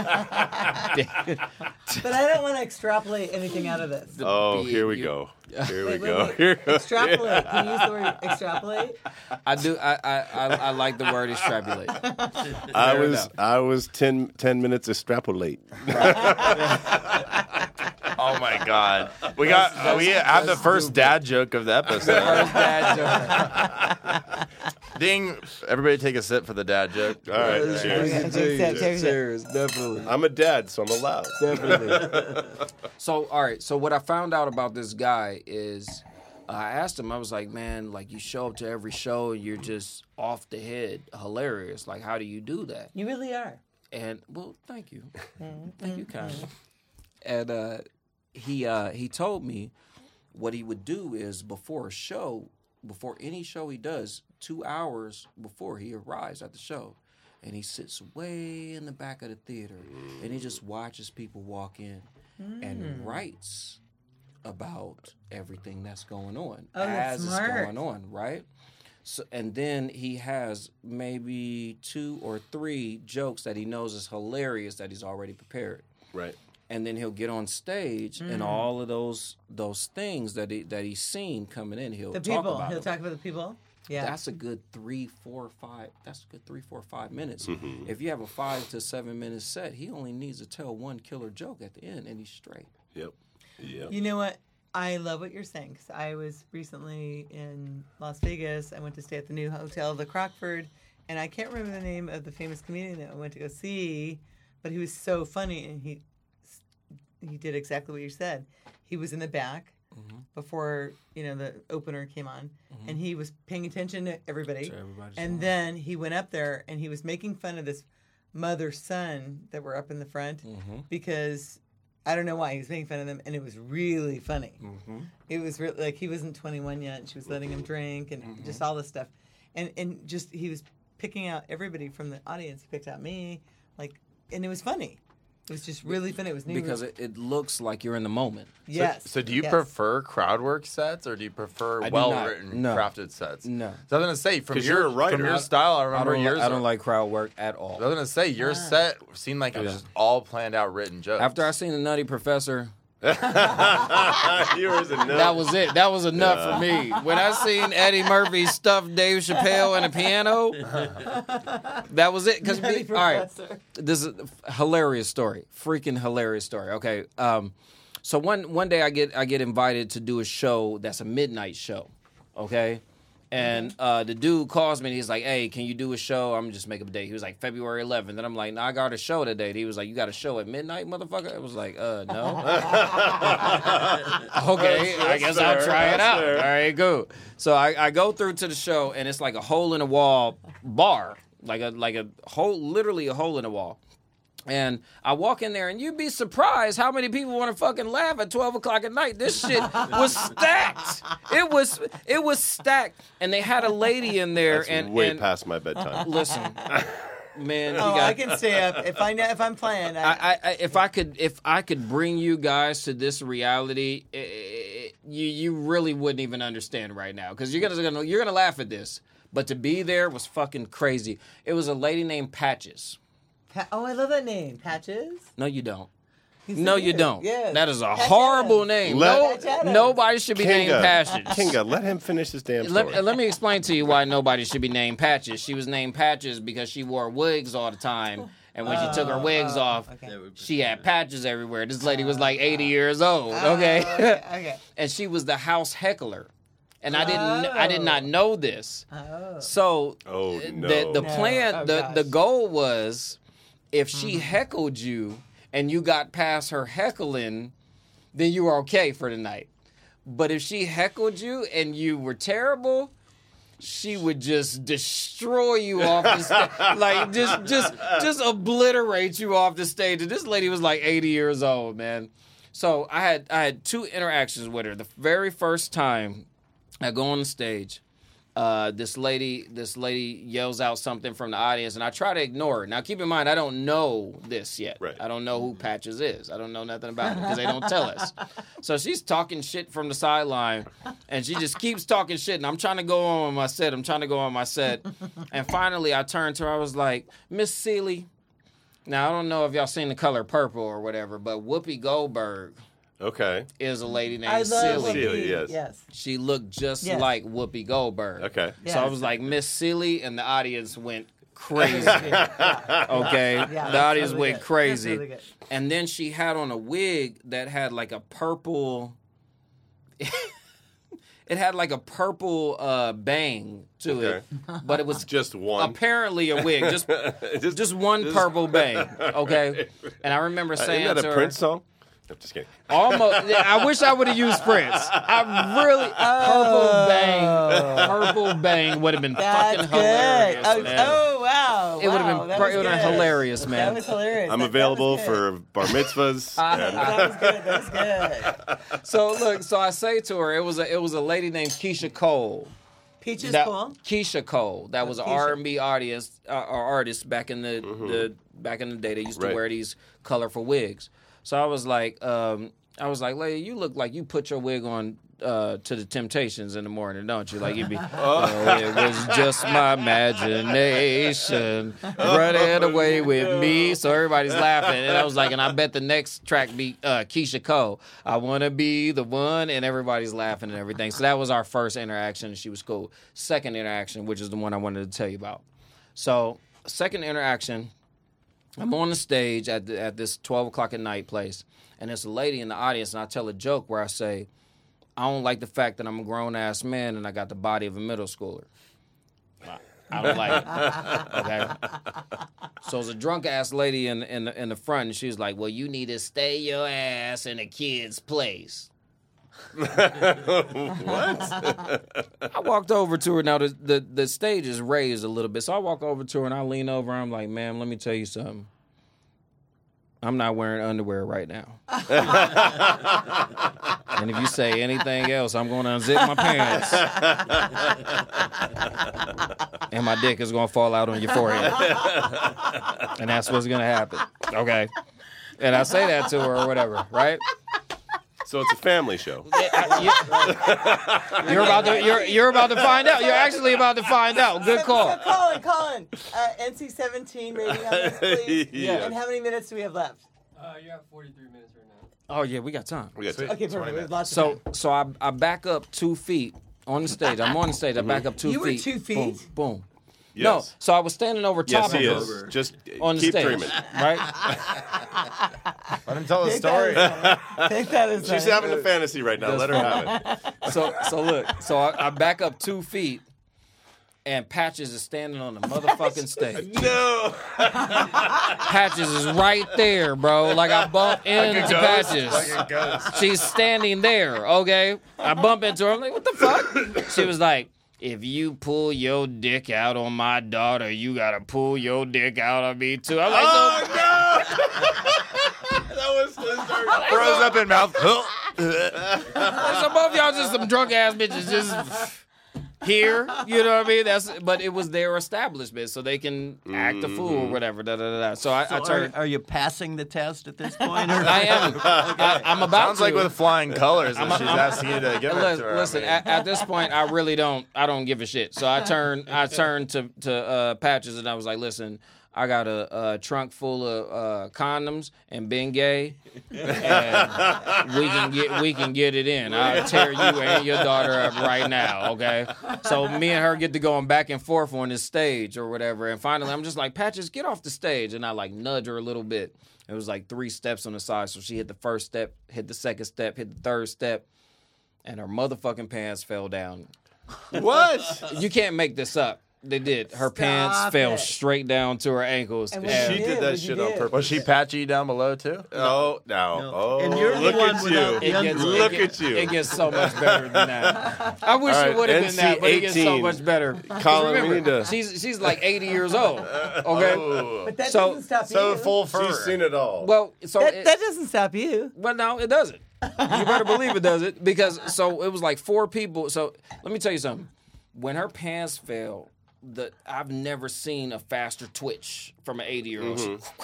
But I don't want to extrapolate anything out of this. Oh, Be here we you- go. Here we Wait, wait, go. wait. Here- Extrapolate. Can you use the word extrapolate? I do. I I, I, I like the word extrapolate. I Fair was enough. I was 10, 10 minutes extrapolate. Oh my god, we got we have the first dad joke of the episode. First dad Ding! Everybody take a sip for the dad joke. All right, cheers. Okay, take that, take that. Serious, definitely. I'm a dad, so I'm allowed. Definitely. so, all right. So, what I found out about this guy is uh, I asked him, I was like, man, like you show up to every show and you're just off the head, hilarious. Like, how do you do that? You really are. And, well, thank you. thank you, kind. And uh, he, uh, he told me what he would do is before a show, before any show he does, two hours before he arrives at the show, and he sits way in the back of the theater and he just watches people walk in Hmm. and writes about everything that's going on Oh, that's as smart. it's going on, right? So, and then he has maybe two or three jokes that he knows is hilarious that he's already prepared Right. and then he'll get on stage and Mm. all of those those things that he that he's seen coming in he'll The talk people. about He'll them. talk about the people. Yeah. that's a good three four five that's a good three four five minutes Mm-hmm. if you have a five to seven minute set he only needs to tell one killer joke at the end and he's straight Yep. Yep. You know what? I love what you're saying because I was recently in Las Vegas. I went to stay at the new hotel, the Crockford, and I can't remember the name of the famous comedian that I went to go see, but he was so funny and he he did exactly what you said. He was in the back before you know the opener came on, and he was paying attention Mm-hmm. to everybody. everybody's and then he went up there and he was making fun of this mother son that were up in the front because I don't know why he was making fun of them, and it was really funny. It was really like he wasn't 21 yet. and She was letting him drink and just all this stuff, and and just he was picking out everybody from the audience. He picked out me, like, and it was funny. It was just really funny. It was new. because it, it looks like you're in the moment yes. So, do you yes. prefer crowd work sets or do you prefer do not. well written, No. crafted sets? No. So I was gonna say from 'Cause your you're a writer. from your style, I i remember don't, yours. li- I don't like crowd work at all I was gonna say your set seemed like it was just all planned out, written jokes. after i seen the nutty professor Yours and That was it. That was enough for me. When I seen Eddie Murphy stuff Dave Chappelle and a piano, that was it. Because all Nutty right, Professor. this is a hilarious story. Freaking hilarious story. Okay, um, so one one day I get I get invited to do a show that's a midnight show. Okay. And uh, the dude calls me and he's like, "Hey, can you do a show?" I'm just make up a date. He was like February 11th, and I'm like, "No, I got a show today." He was like, "You got a show at midnight, motherfucker?" I was like, "Uh, no." okay, I guess I'll try it out. All right, go. So I, I go through to the show, and it's like a hole in the wall bar, like a like a hole, literally a hole in the wall. And I walk in there, and you'd be surprised how many people want to fucking laugh at twelve o'clock at night. This shit was stacked. It was it was stacked, and they had a lady in there, That's and, way and past my bedtime. listen, man, you Oh, got I can stay up if I know if I'm playing. I, I, I, if I could, if I could bring you guys to this reality, i- i- eh, you you really wouldn't even understand right now because you're gonna, gonna you're gonna laugh at this. But to be there was fucking crazy. It was a lady named Patches. Pa- oh, I love that name, Patches. No, you don't. He's No, the you dude. don't. Yes. That is a Patch horrible Adams. name. Let- Patch no, Adams. nobody should be named Kinga, Patches. Kinga, let him finish his damn story. Let, let me explain to you why nobody should be named Patches. She was named Patches because she wore wigs all the time. And when she took her wigs off, Oh, okay. she had patches everywhere. This lady was like 80 years old, okay? Oh, okay. okay. and she was the house heckler. And I didn't I did not know this. Oh. So Oh, uh, no. the the No. plan Oh, the, gosh. Mm-hmm. the goal was if she heckled you and you got past her heckling, then you were okay for the night. But if she heckled you and you were terrible, she would just destroy you off the stage. like just just just obliterate you off the stage. And this lady was like 80 years old, man. So I had I had two interactions with her. The very first time I go on the stage, uh, this lady this lady yells out something from the audience, and I try to ignore it. Now keep in mind, I don't know this yet. Right. I don't know who Patches is. I don't know nothing about it because they don't tell us. So she's talking shit from the sideline, and she just keeps talking shit. And I'm trying to go on with my set. I'm trying to go on my set, and finally I turned to her. I was like, Miss Seeley. Now I don't know if y'all seen the color purple or whatever, but Whoopi Goldberg okay. is a lady I named love Seeley. Whoopi. Seeley, yes. Yes. She looked just Yes. like Whoopi Goldberg. Okay. So I Yes. was like, Miss Silly, and the audience went crazy. Yeah. Okay. Yeah, the that's audience really went good. That's crazy. really good. and then she had on a wig that had like a purple it had like a purple uh bang to it. But it was Just one. apparently a wig. Just just, Uh, just one purple bang. Okay. And I remember Isn't saying that to a her, Prince song? No, just kidding. Almost. yeah, I wish I would have used Prince. I really purple bang. Purple bang would have been Oh. That's fucking good. hilarious. Oh, man. oh, wow. It would have Wow, been that pr- was it would have good. been hilarious, man. That was hilarious. I'm That- that available was good. for bar mitzvahs. Uh, and- That was good. That was good. So look, so I say to her, it was a it was a lady named Keisha Cole. Peaches that, cool. Keisha Cole. That was an Oh, Keisha. R and B audience uh, or artist back in the, the back in the day. They used to Right. wear these colorful wigs. So I was like, um, I was like, lady, you look like you put your wig on uh, to the Temptations in the morning, don't you? Like you'd be, oh, it was just my imagination running away with me. So everybody's laughing, and I was like, and I bet the next track be uh, Keisha Cole. I want to be the one, and everybody's laughing and everything. So that was our first interaction. and She was cool. Second interaction, which is the one I wanted to tell you about. So second interaction. I'm on the stage at the, at this 12 o'clock at night place, and there's a lady in the audience, and I tell a joke where I say, I don't like the fact that I'm a grown ass man and I got the body of a middle schooler. I don't like it. Okay. So it's a drunk ass lady in in the, in the front, and she's like, "Well, you need to stay your ass in a kid's place." I walked over to her. Now the, the the stage is raised a little bit, so I walk over to her and I lean over. I'm like, "Ma'am, let me tell you something. I'm not wearing underwear right now. and if you say anything else, I'm going to unzip my pants, and my dick is going to fall out on your forehead, and that's what's going to happen. Okay." And I say that to her or whatever, right? so it's a family show. You're about to you're you're about to find out. You're actually about to find out. Good call. So Colin, Colin, uh, NC-17 rating on this, please. Yeah. And how many minutes do we have left? Uh, you're at 43 minutes right now. Oh yeah, we got time. We got Sweet. time. Okay, perfect. 20 We have lots minutes. of So time. so I, I back up two feet on the stage. I'm on the stage. I back up two You were feet. two feet? Boom. boom. No. Yes. So I was standing over top Yes, he of her is. Just on the keep stage, dreaming. right? Let him tell the Take that story. as funny. Take that as She's funny. having a fantasy right now. Let That's her have it. So so look. So I, I back up two feet, and Patches is standing on the motherfucking stage. No. Patches is right there, bro. Like I bump into Patches. Like a ghost. She's standing there, okay? I bump into her. I'm like, what the fuck? She was like, if you pull your dick out on my daughter, you gotta pull your dick out on me too. I'm like, Oh so, no! that was Throws up in mouth. like, so both y'all just some drunk ass bitches. Just here. You know what I mean? That's but it was their establishment, so they can act a fool Mm-hmm. or whatever. Da, da, da, da. So I, So I are, turned. are you passing the test at this point? Or? I am. I, I'm about Sounds to. like with flying colors that I'm- she's I'm- asking you to give And it Listen, to her. I listen, mean, at, at this point, I really don't. I don't give a shit. So I turned. I turned to to uh, Patches, and I was like, "Listen, I got a, a trunk full of uh, condoms and Bengay, and we can get we can get it in. I'll tear you and your daughter up right now, okay? So me and her get to going back and forth on this stage or whatever, and finally, I'm just like, Patches, get off the stage, and I like nudge her a little bit. It was like three steps on the side, so she hit the first step, hit the second step, hit the third step and her motherfucking pants fell down. what? You can't make this up. They did. Her Stop pants fell it. straight down to her ankles. And And when She You did did, that you shit on did. purpose. Was she patchy down below too? Oh no! No. Oh, And you're the look one at without you. the- it gets, Look it gets, at you. It gets so much better than that. I wish All right, it would have been that, but it gets so NC-18. much better. 'Cause Colin, we remember, need to- She's she's like 80 years old. Okay. Oh. But that So- doesn't stop So you. full fur. She's seen it all. Well, so that, it- that doesn't stop you. Well, no, it doesn't. You better believe it doesn't because so it was like four people. So let me tell you something. When her pants fell, the I've never seen a faster twitch from an eighty year old. Mm-hmm.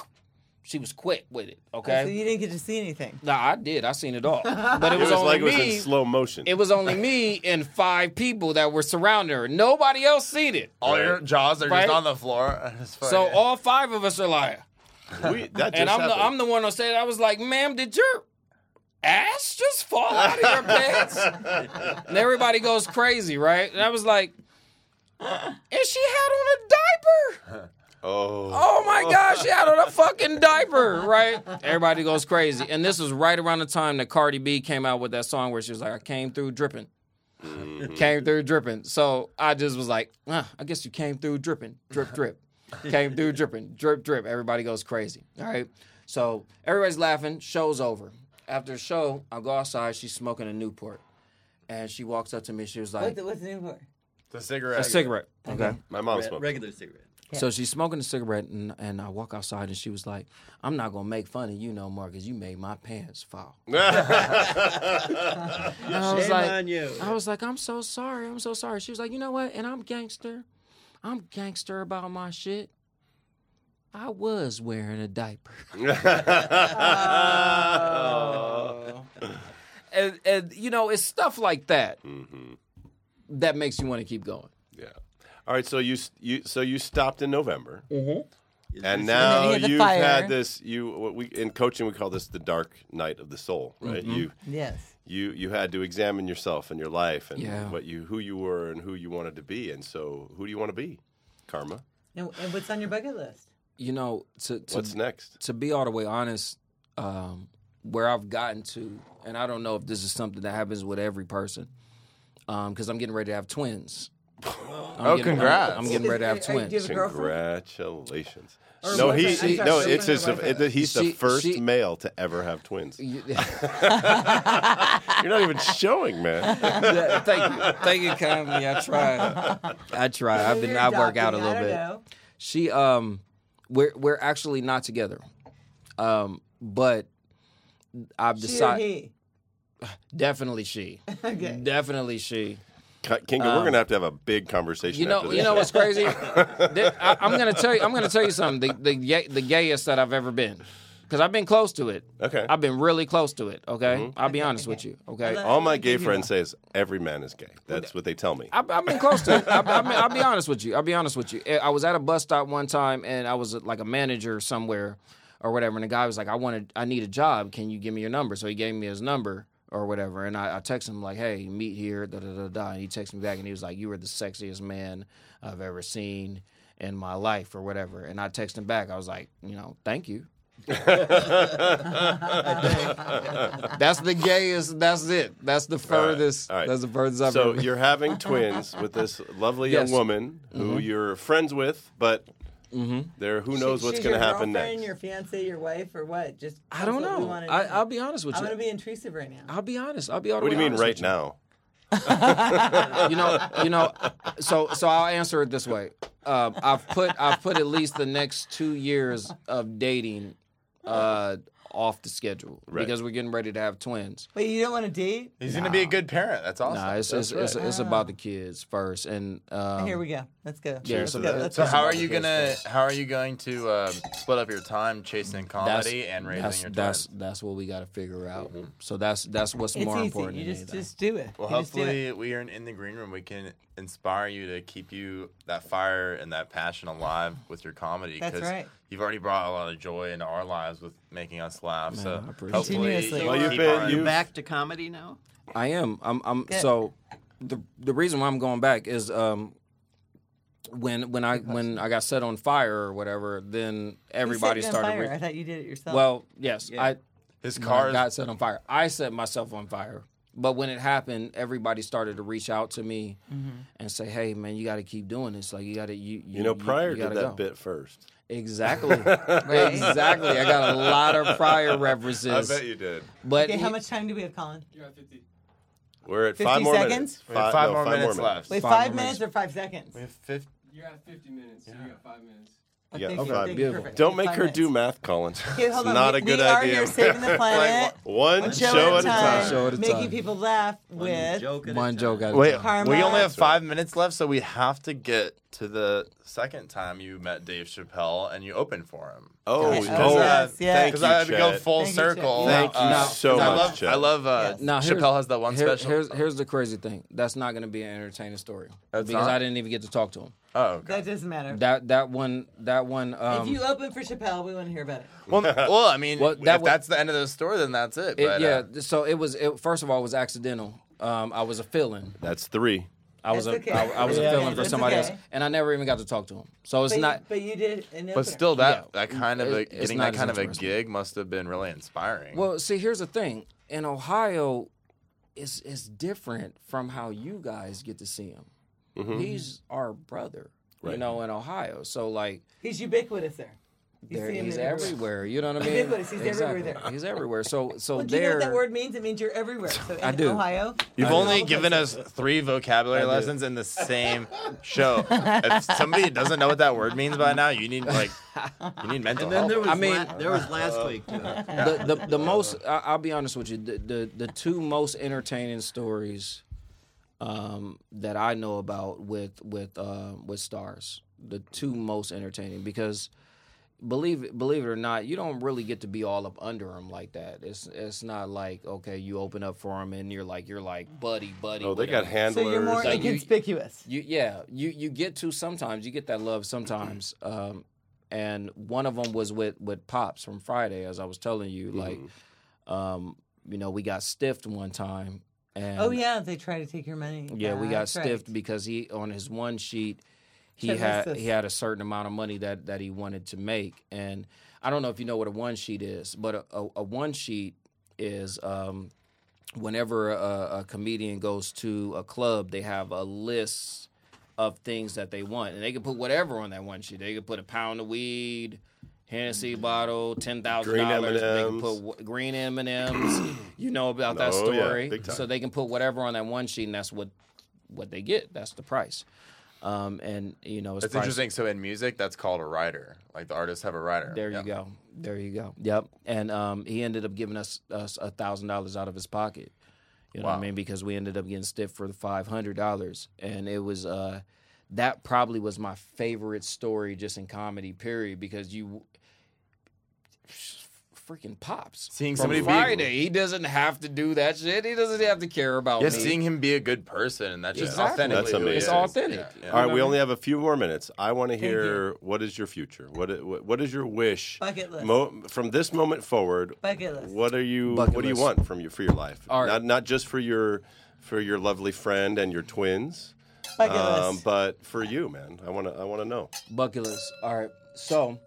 She was quick with it. So Okay. you didn't get to see anything. No, I did. I seen it all, but it it was, was only like it me. was in slow motion. it was only me and five people that were surrounding her. Nobody else seen it. All your jaws are Right? just on the floor. It's funny. So all five of us are like, we, that just and I'm the, happened. I'm the one who said I was like, "Ma'am, did your ass just fall out of your pants?" and everybody goes crazy, right? And I was like, "And she had on a diaper! oh, Oh my gosh, she had on a fucking diaper!" Right? Everybody goes crazy, and this was right around the time that Cardi B came out with that song where she was like, "I came through dripping." Came through dripping. So I just was like, "Ah, I guess you came through dripping. Drip, drip. came through dripping, drip, drip. Everybody goes crazy. All right. So everybody's laughing. Show's over. After the show, I go outside. She's smoking a Newport. And she walks up to me. She was like, What, what's the new for? the cigarette. a cigarette. Okay. my mom smoked. Regular cigarette. So she's smoking a cigarette. And, and I walk outside and she was like, I'm not going to make fun of you no more because you made my pants fall. And I was Shame like, on you. uh, I was like, I'm so sorry. I'm so sorry. She was like, you know what? And I'm gangster. I'm gangster about my shit. I was wearing a diaper. and, and you know, it's stuff like that Mm-hmm. that makes you want to keep going. yeah. All right, so you s- you so you stopped in November, Mm-hmm. and then now you had the you've fire. had this. You what we in coaching we call this the dark night of the soul, right? Mm-hmm. You Yes. you you had to examine yourself and your life and Yeah. what you who you were and who you wanted to be, and so who do you want to be? Karma. And, and what's on your bucket list? You know, to to, What's next? to be all the way honest, um, where I've gotten to, and I don't know if this is something that happens with every person, because I'm getting ready to have twins. I'm Oh, getting- I'm- congrats. I'm, getting ready to have Are you- are you- do you twins. have a girlfriend? Congratulations. Or No, boyfriend. he, I'm sorry, no, boyfriend it's or his, boyfriend. it- he's She- the first she- male to ever have twins. You're You- not even showing, man. Yeah, thank you, thank you kindly. I try, I try. I've been, I work out a little bit. She, um, we're we're actually not together, um, but I've She or decided he? definitely she, Okay. definitely she. Kinga, we're gonna have to have a big conversation. Um, You know, after this you know show. what's crazy? That- I, am gonna tell you, I'm gonna tell you something. The the, ga- the gayest that I've ever been, because I've been close to it. Okay. Mm-hmm. I've been really close to it. Okay, I'll be honest with you. Okay, love- All my gay friends say is every man is gay. That's what they tell me. I've, I've been close to it. I've, I've been, I'll be honest with you. I'll be honest with you. I was at a bus stop one time, and I was like a manager somewhere or whatever. And the guy was like, "I wanted, I need a job. Can you give me your number?" So he gave me his number or whatever. And I, I texted him like, "Hey, meet here." Da da da da. And he texted me back, and he was like, "You were the sexiest man I've ever seen in my life, or whatever." And I texted him back. I was like, "You know, thank you." that's the gayest. That's it. That's the furthest. all right. That's the furthest I've So ever. you're having twins with this lovely young Yes. woman who you're friends with, but there who knows what's She's gonna your happen girlfriend, next. Your fiance, your wife, or what? Just I don't know. I, I'll be honest with I'm you. gonna be intrusive right now. I'll be honest. I'll be all the What do you way mean honest right with now? You. you know, you know. So, so I'll answer it this way. Um, I've put I've put at least the next two years of dating uh, off the schedule Right. because we're getting ready to have twins. Wait, you don't want to date? He's gonna be a good parent. That's awesome. Nah, it's That's it's, right. it's, it's about the kids first, and um, Ah. Here we go. Let's go. Cheers Let's to go. that. Let's so go. how are you gonna how are you going to uh, split up your time chasing comedy and raising that's, your that's twins? that's what we got to figure out. Mm-hmm. So that's that's what's It's more easy. important. You than just anything. just do it. Well, You just do it. hopefully we are in, in the green room. We can inspire you to keep you that fire and that passion alive with your comedy. That's 'cause right. You've already brought a lot of joy into our lives with making us laugh. Man, so I appreciate hopefully, Continuously. you Well, keep you've been- on- you've- Back to comedy now. I am. I'm. I'm. Good. So, the the reason why I'm going back is um, when when I when I got set on fire or whatever, then You set everybody it on started. fire. re- I thought you did it yourself. well, yes, I his my car got is set on fire. I set myself on fire. But when it happened, everybody started to reach out to me Mm-hmm. and say, "Hey, man, you got to keep doing this. Like you got to you, you You know, Pryor you did gotta that go." bit first. exactly, exactly. I got a lot of Prior references. you did. But okay, how he- much time do we have, Colin? You're at 50. We're at 50 five more seconds? minutes. we have five, no, more minutes left. Wait, Five five, more minutes or five seconds? We have fif- You're at 50 minutes. So you got five minutes. Oh, Yeah, thank you, okay, thank you, beautiful. perfect. Don't make Five her minutes. do math, Collins. Okay, it's hold on. not we, a good we idea. Are here saving the planet. One one show at a time. Show at a making time. people laugh with. joke at a one time. uh, joke. at a Wait, time. Karma. we only have five minutes left, so we have to get to the second time you met Dave Chappelle and you opened for him. Oh, Okay. oh, Oh, uh, yes, yes. Because I had to go Chet. full Thank you, Chet. circle. Thank uh, you uh, so 'cause I much, love, Chet. I love uh, Yes. Now, here's- Chappelle has that one Here- special. Here's here's the crazy thing. That's not going to be an entertaining story That's because not? I didn't even get to talk to him. oh, okay. That doesn't matter. That that one that one. Um, if you open for Chappelle, we want to hear about it. well, well, I mean, Well, that if wa- that's the end of the story, then that's it. it- but, yeah. uh, th- so it was. It, first of all, it was accidental. Um, I was a fill-in. That's three. I was a I That's okay. I was Yeah. a fill-in for That's somebody okay. else, and I never even got to talk to him. So it's But, not. you, but you did an opener. but still, that Yeah. that kind of a, It- it's getting not that as kind of a interesting. gig must have been really inspiring. Well, see, here's the thing. In Ohio, it's it's different from how you guys get to see him. Mm-hmm. He's our brother, you Right. know, in Ohio. So like. he's ubiquitous there. You there, see him he's in everywhere. You know what I mean? Ubiquitous, he's everywhere there. He's everywhere. So so Well, do you there. know what that word means? It means you're everywhere. So in I do. Ohio, You've all only over given us places. three vocabulary I do. lessons in the same show. if somebody doesn't know what that word means by now, you need like you need mental And then health. there was I mean- la- there was last week. Too. the, the the most I, I'll be honest with you the, the the two most entertaining stories um, that I know about with with uh, with stars the two most entertaining because believe believe it or not you don't really get to be all up under them like that it's it's not like okay you open up for them and you're like you're like buddy buddy Oh, they got whatever. So handlers. you're more Like you- inconspicuous. You yeah, you you get to sometimes you get that love sometimes. Um, and one of them was with with pops from Friday, as I was telling you. Like, um, you know, we got stiffed one time, and oh yeah, they try to take your money. yeah, we got That's right. stiffed because he on his one sheet he Check my had sis. he had a certain amount of money that that he wanted to make, and I don't know if you know what a one sheet is, but a, a, a one sheet is um, whenever a, a comedian goes to a club, they have a list of things that they want, and they can put whatever on that one sheet. They can put a pound of weed. Hennessy bottle, ten thousand dollars. They can M&Ms. put wh- green M and M's. You know about that Oh, yeah, story, big time. so they can put whatever on that one sheet, and that's what what they get. That's the price. Um, and you know, it's That's price- interesting. So in music, that's called a writer. Like the artists have a writer. There you go. There you go. Yep. And um, he ended up giving us us a thousand dollars out of his pocket. You know what I Wow. mean? Because we ended up getting stiff for the five hundred dollars, and it was uh, that probably was my favorite story just in comedy period because you freaking pops Seeing From somebody be- Friday. he doesn't have to do that shit. He doesn't have to care about Yeah, me. seeing him be a good person and that's just Exactly. authentic. That's amazing. It's authentic. All right, we only have a few more minutes. I want to hear you. what is your future? What i- what, what is your wish? Bucket list. Mo- from this moment forward, Bucket list. what are you Bucket what do you list. want from your for your life? All right. Not not just for your for your lovely friend and your twins, Bucket um, list. but for you, man. I want to I want to know. Bucket list. All right. So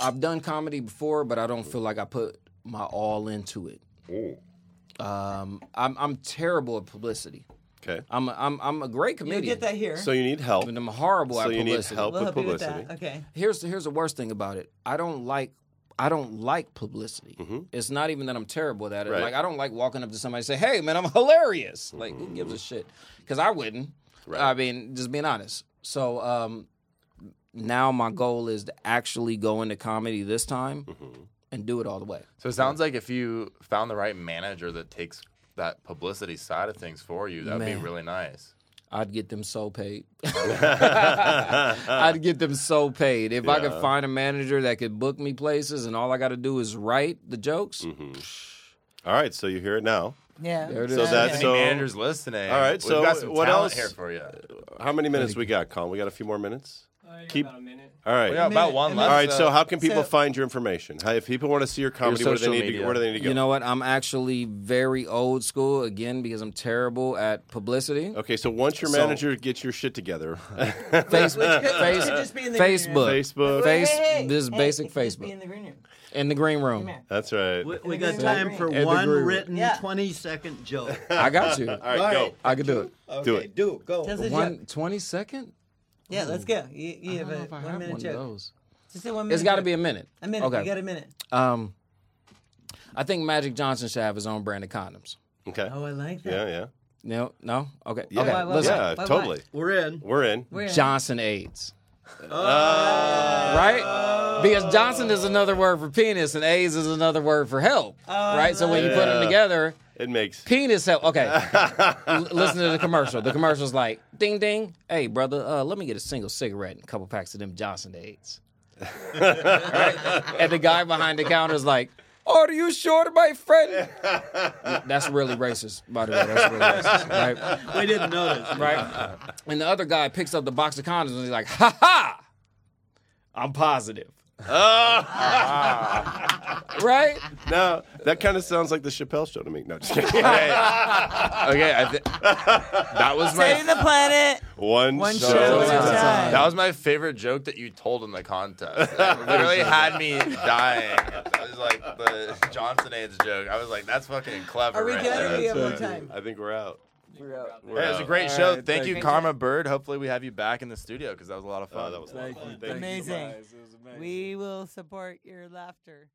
I've done comedy before, but I don't feel like I put my all into it. Um, I'm I'm terrible at publicity. Okay. I'm a, I'm I'm a great You comedian. get that here. So you need help. but I'm horrible So at you need publicity. help. we'll with help you with that. publicity. Okay. Here's the- here's the worst thing about it. I don't like I don't like publicity. It's not even that I'm terrible at it. Mm-hmm. Right. Like I don't like walking up to somebody and say, "Hey, man, I'm hilarious." Like who gives a shit? Because I wouldn't. Mm-hmm. Right. I mean, just being honest. So Mm-hmm. um, now my goal is to actually go into comedy this time and do it all the way. So it sounds like if you found the right manager that takes that publicity side of things for you, that'd be Man. really nice. I'd get them so paid. I'd get them so paid. If I could find a manager that could book me places and all I got to do is write the jokes, All right, so you hear it now. Yeah. There it Mm-hmm. So is. that's Any so. managers listening? All right, we've so got some what talent else? here for you? How many minutes we got, Colin? We got a few more minutes. Uh, you got Keep- about a minute. All right. We got about minute, one a left. All right. So, how can people so- find your information? How, if people want to see your comedy, where do they social need to? media. Where do they need to go? you know what? I'm actually very old school again because I'm terrible at publicity. okay. So once your So- manager gets your shit together, Face- Which could, face- which could just be in the green room. Facebook. Facebook. Face- Hey, hey, hey. this is Hey, basic it could just Facebook. Be in the green room. in the green Come room. here. That's right. We, All we Maybe got they time agree. for And the one green room. written Yeah. 20 second joke. I got you. right. Go. I could do it. Do Okay, it. do it. Go. Tell us a joke. One twenty second. Yeah, let's go. You, you I have don't know a if I one have minute one of joke. those. Just a one minute It's got to joke. be a minute. a minute. Okay. You got a minute. Um, I think Magic Johnson should have his own brand of condoms. Okay. Oh, I like that. Yeah. Yeah. No, no. Okay. Yeah. okay. Why, why, Listen, why? Yeah. Totally. We're in. We're in. We're in. Johnson AIDS. Oh. right? Because Johnson is another word for penis, and AIDS is another word for help. Oh, right? So when you put them Yeah. together, It makes. penis help. Okay. L- listen to the commercial. The commercial's like, ding ding. Hey brother, uh, let me get a single cigarette and a couple packs of them Johnson AIDS. right? And the guy behind the counter is like, Oh, are you short of my friend? That's really racist, by the way. That's really racist. Right? We didn't notice. right? And the other guy picks up the box of condoms and he's like, ha ha, I'm positive. right? No, that kind of sounds like the Chappelle show to me. No, just kidding. Okay, I thi- that was my Save the planet. One, One show. show at at a a time. that was my favorite joke that you told in the contest. It literally had me dying. It was like the Johnson AIDS joke. I was like, that's fucking clever. Are we right good? there. Or do we have more That's it. time? I think we're out. We're out. We're Hey, it was a out. great All show. right, thank thank you, you. Karma Bird. Hopefully, we have you back in the studio because that was a lot of fun. Oh, that was a lot of fun. Thank you. Amazing. We will support your laughter.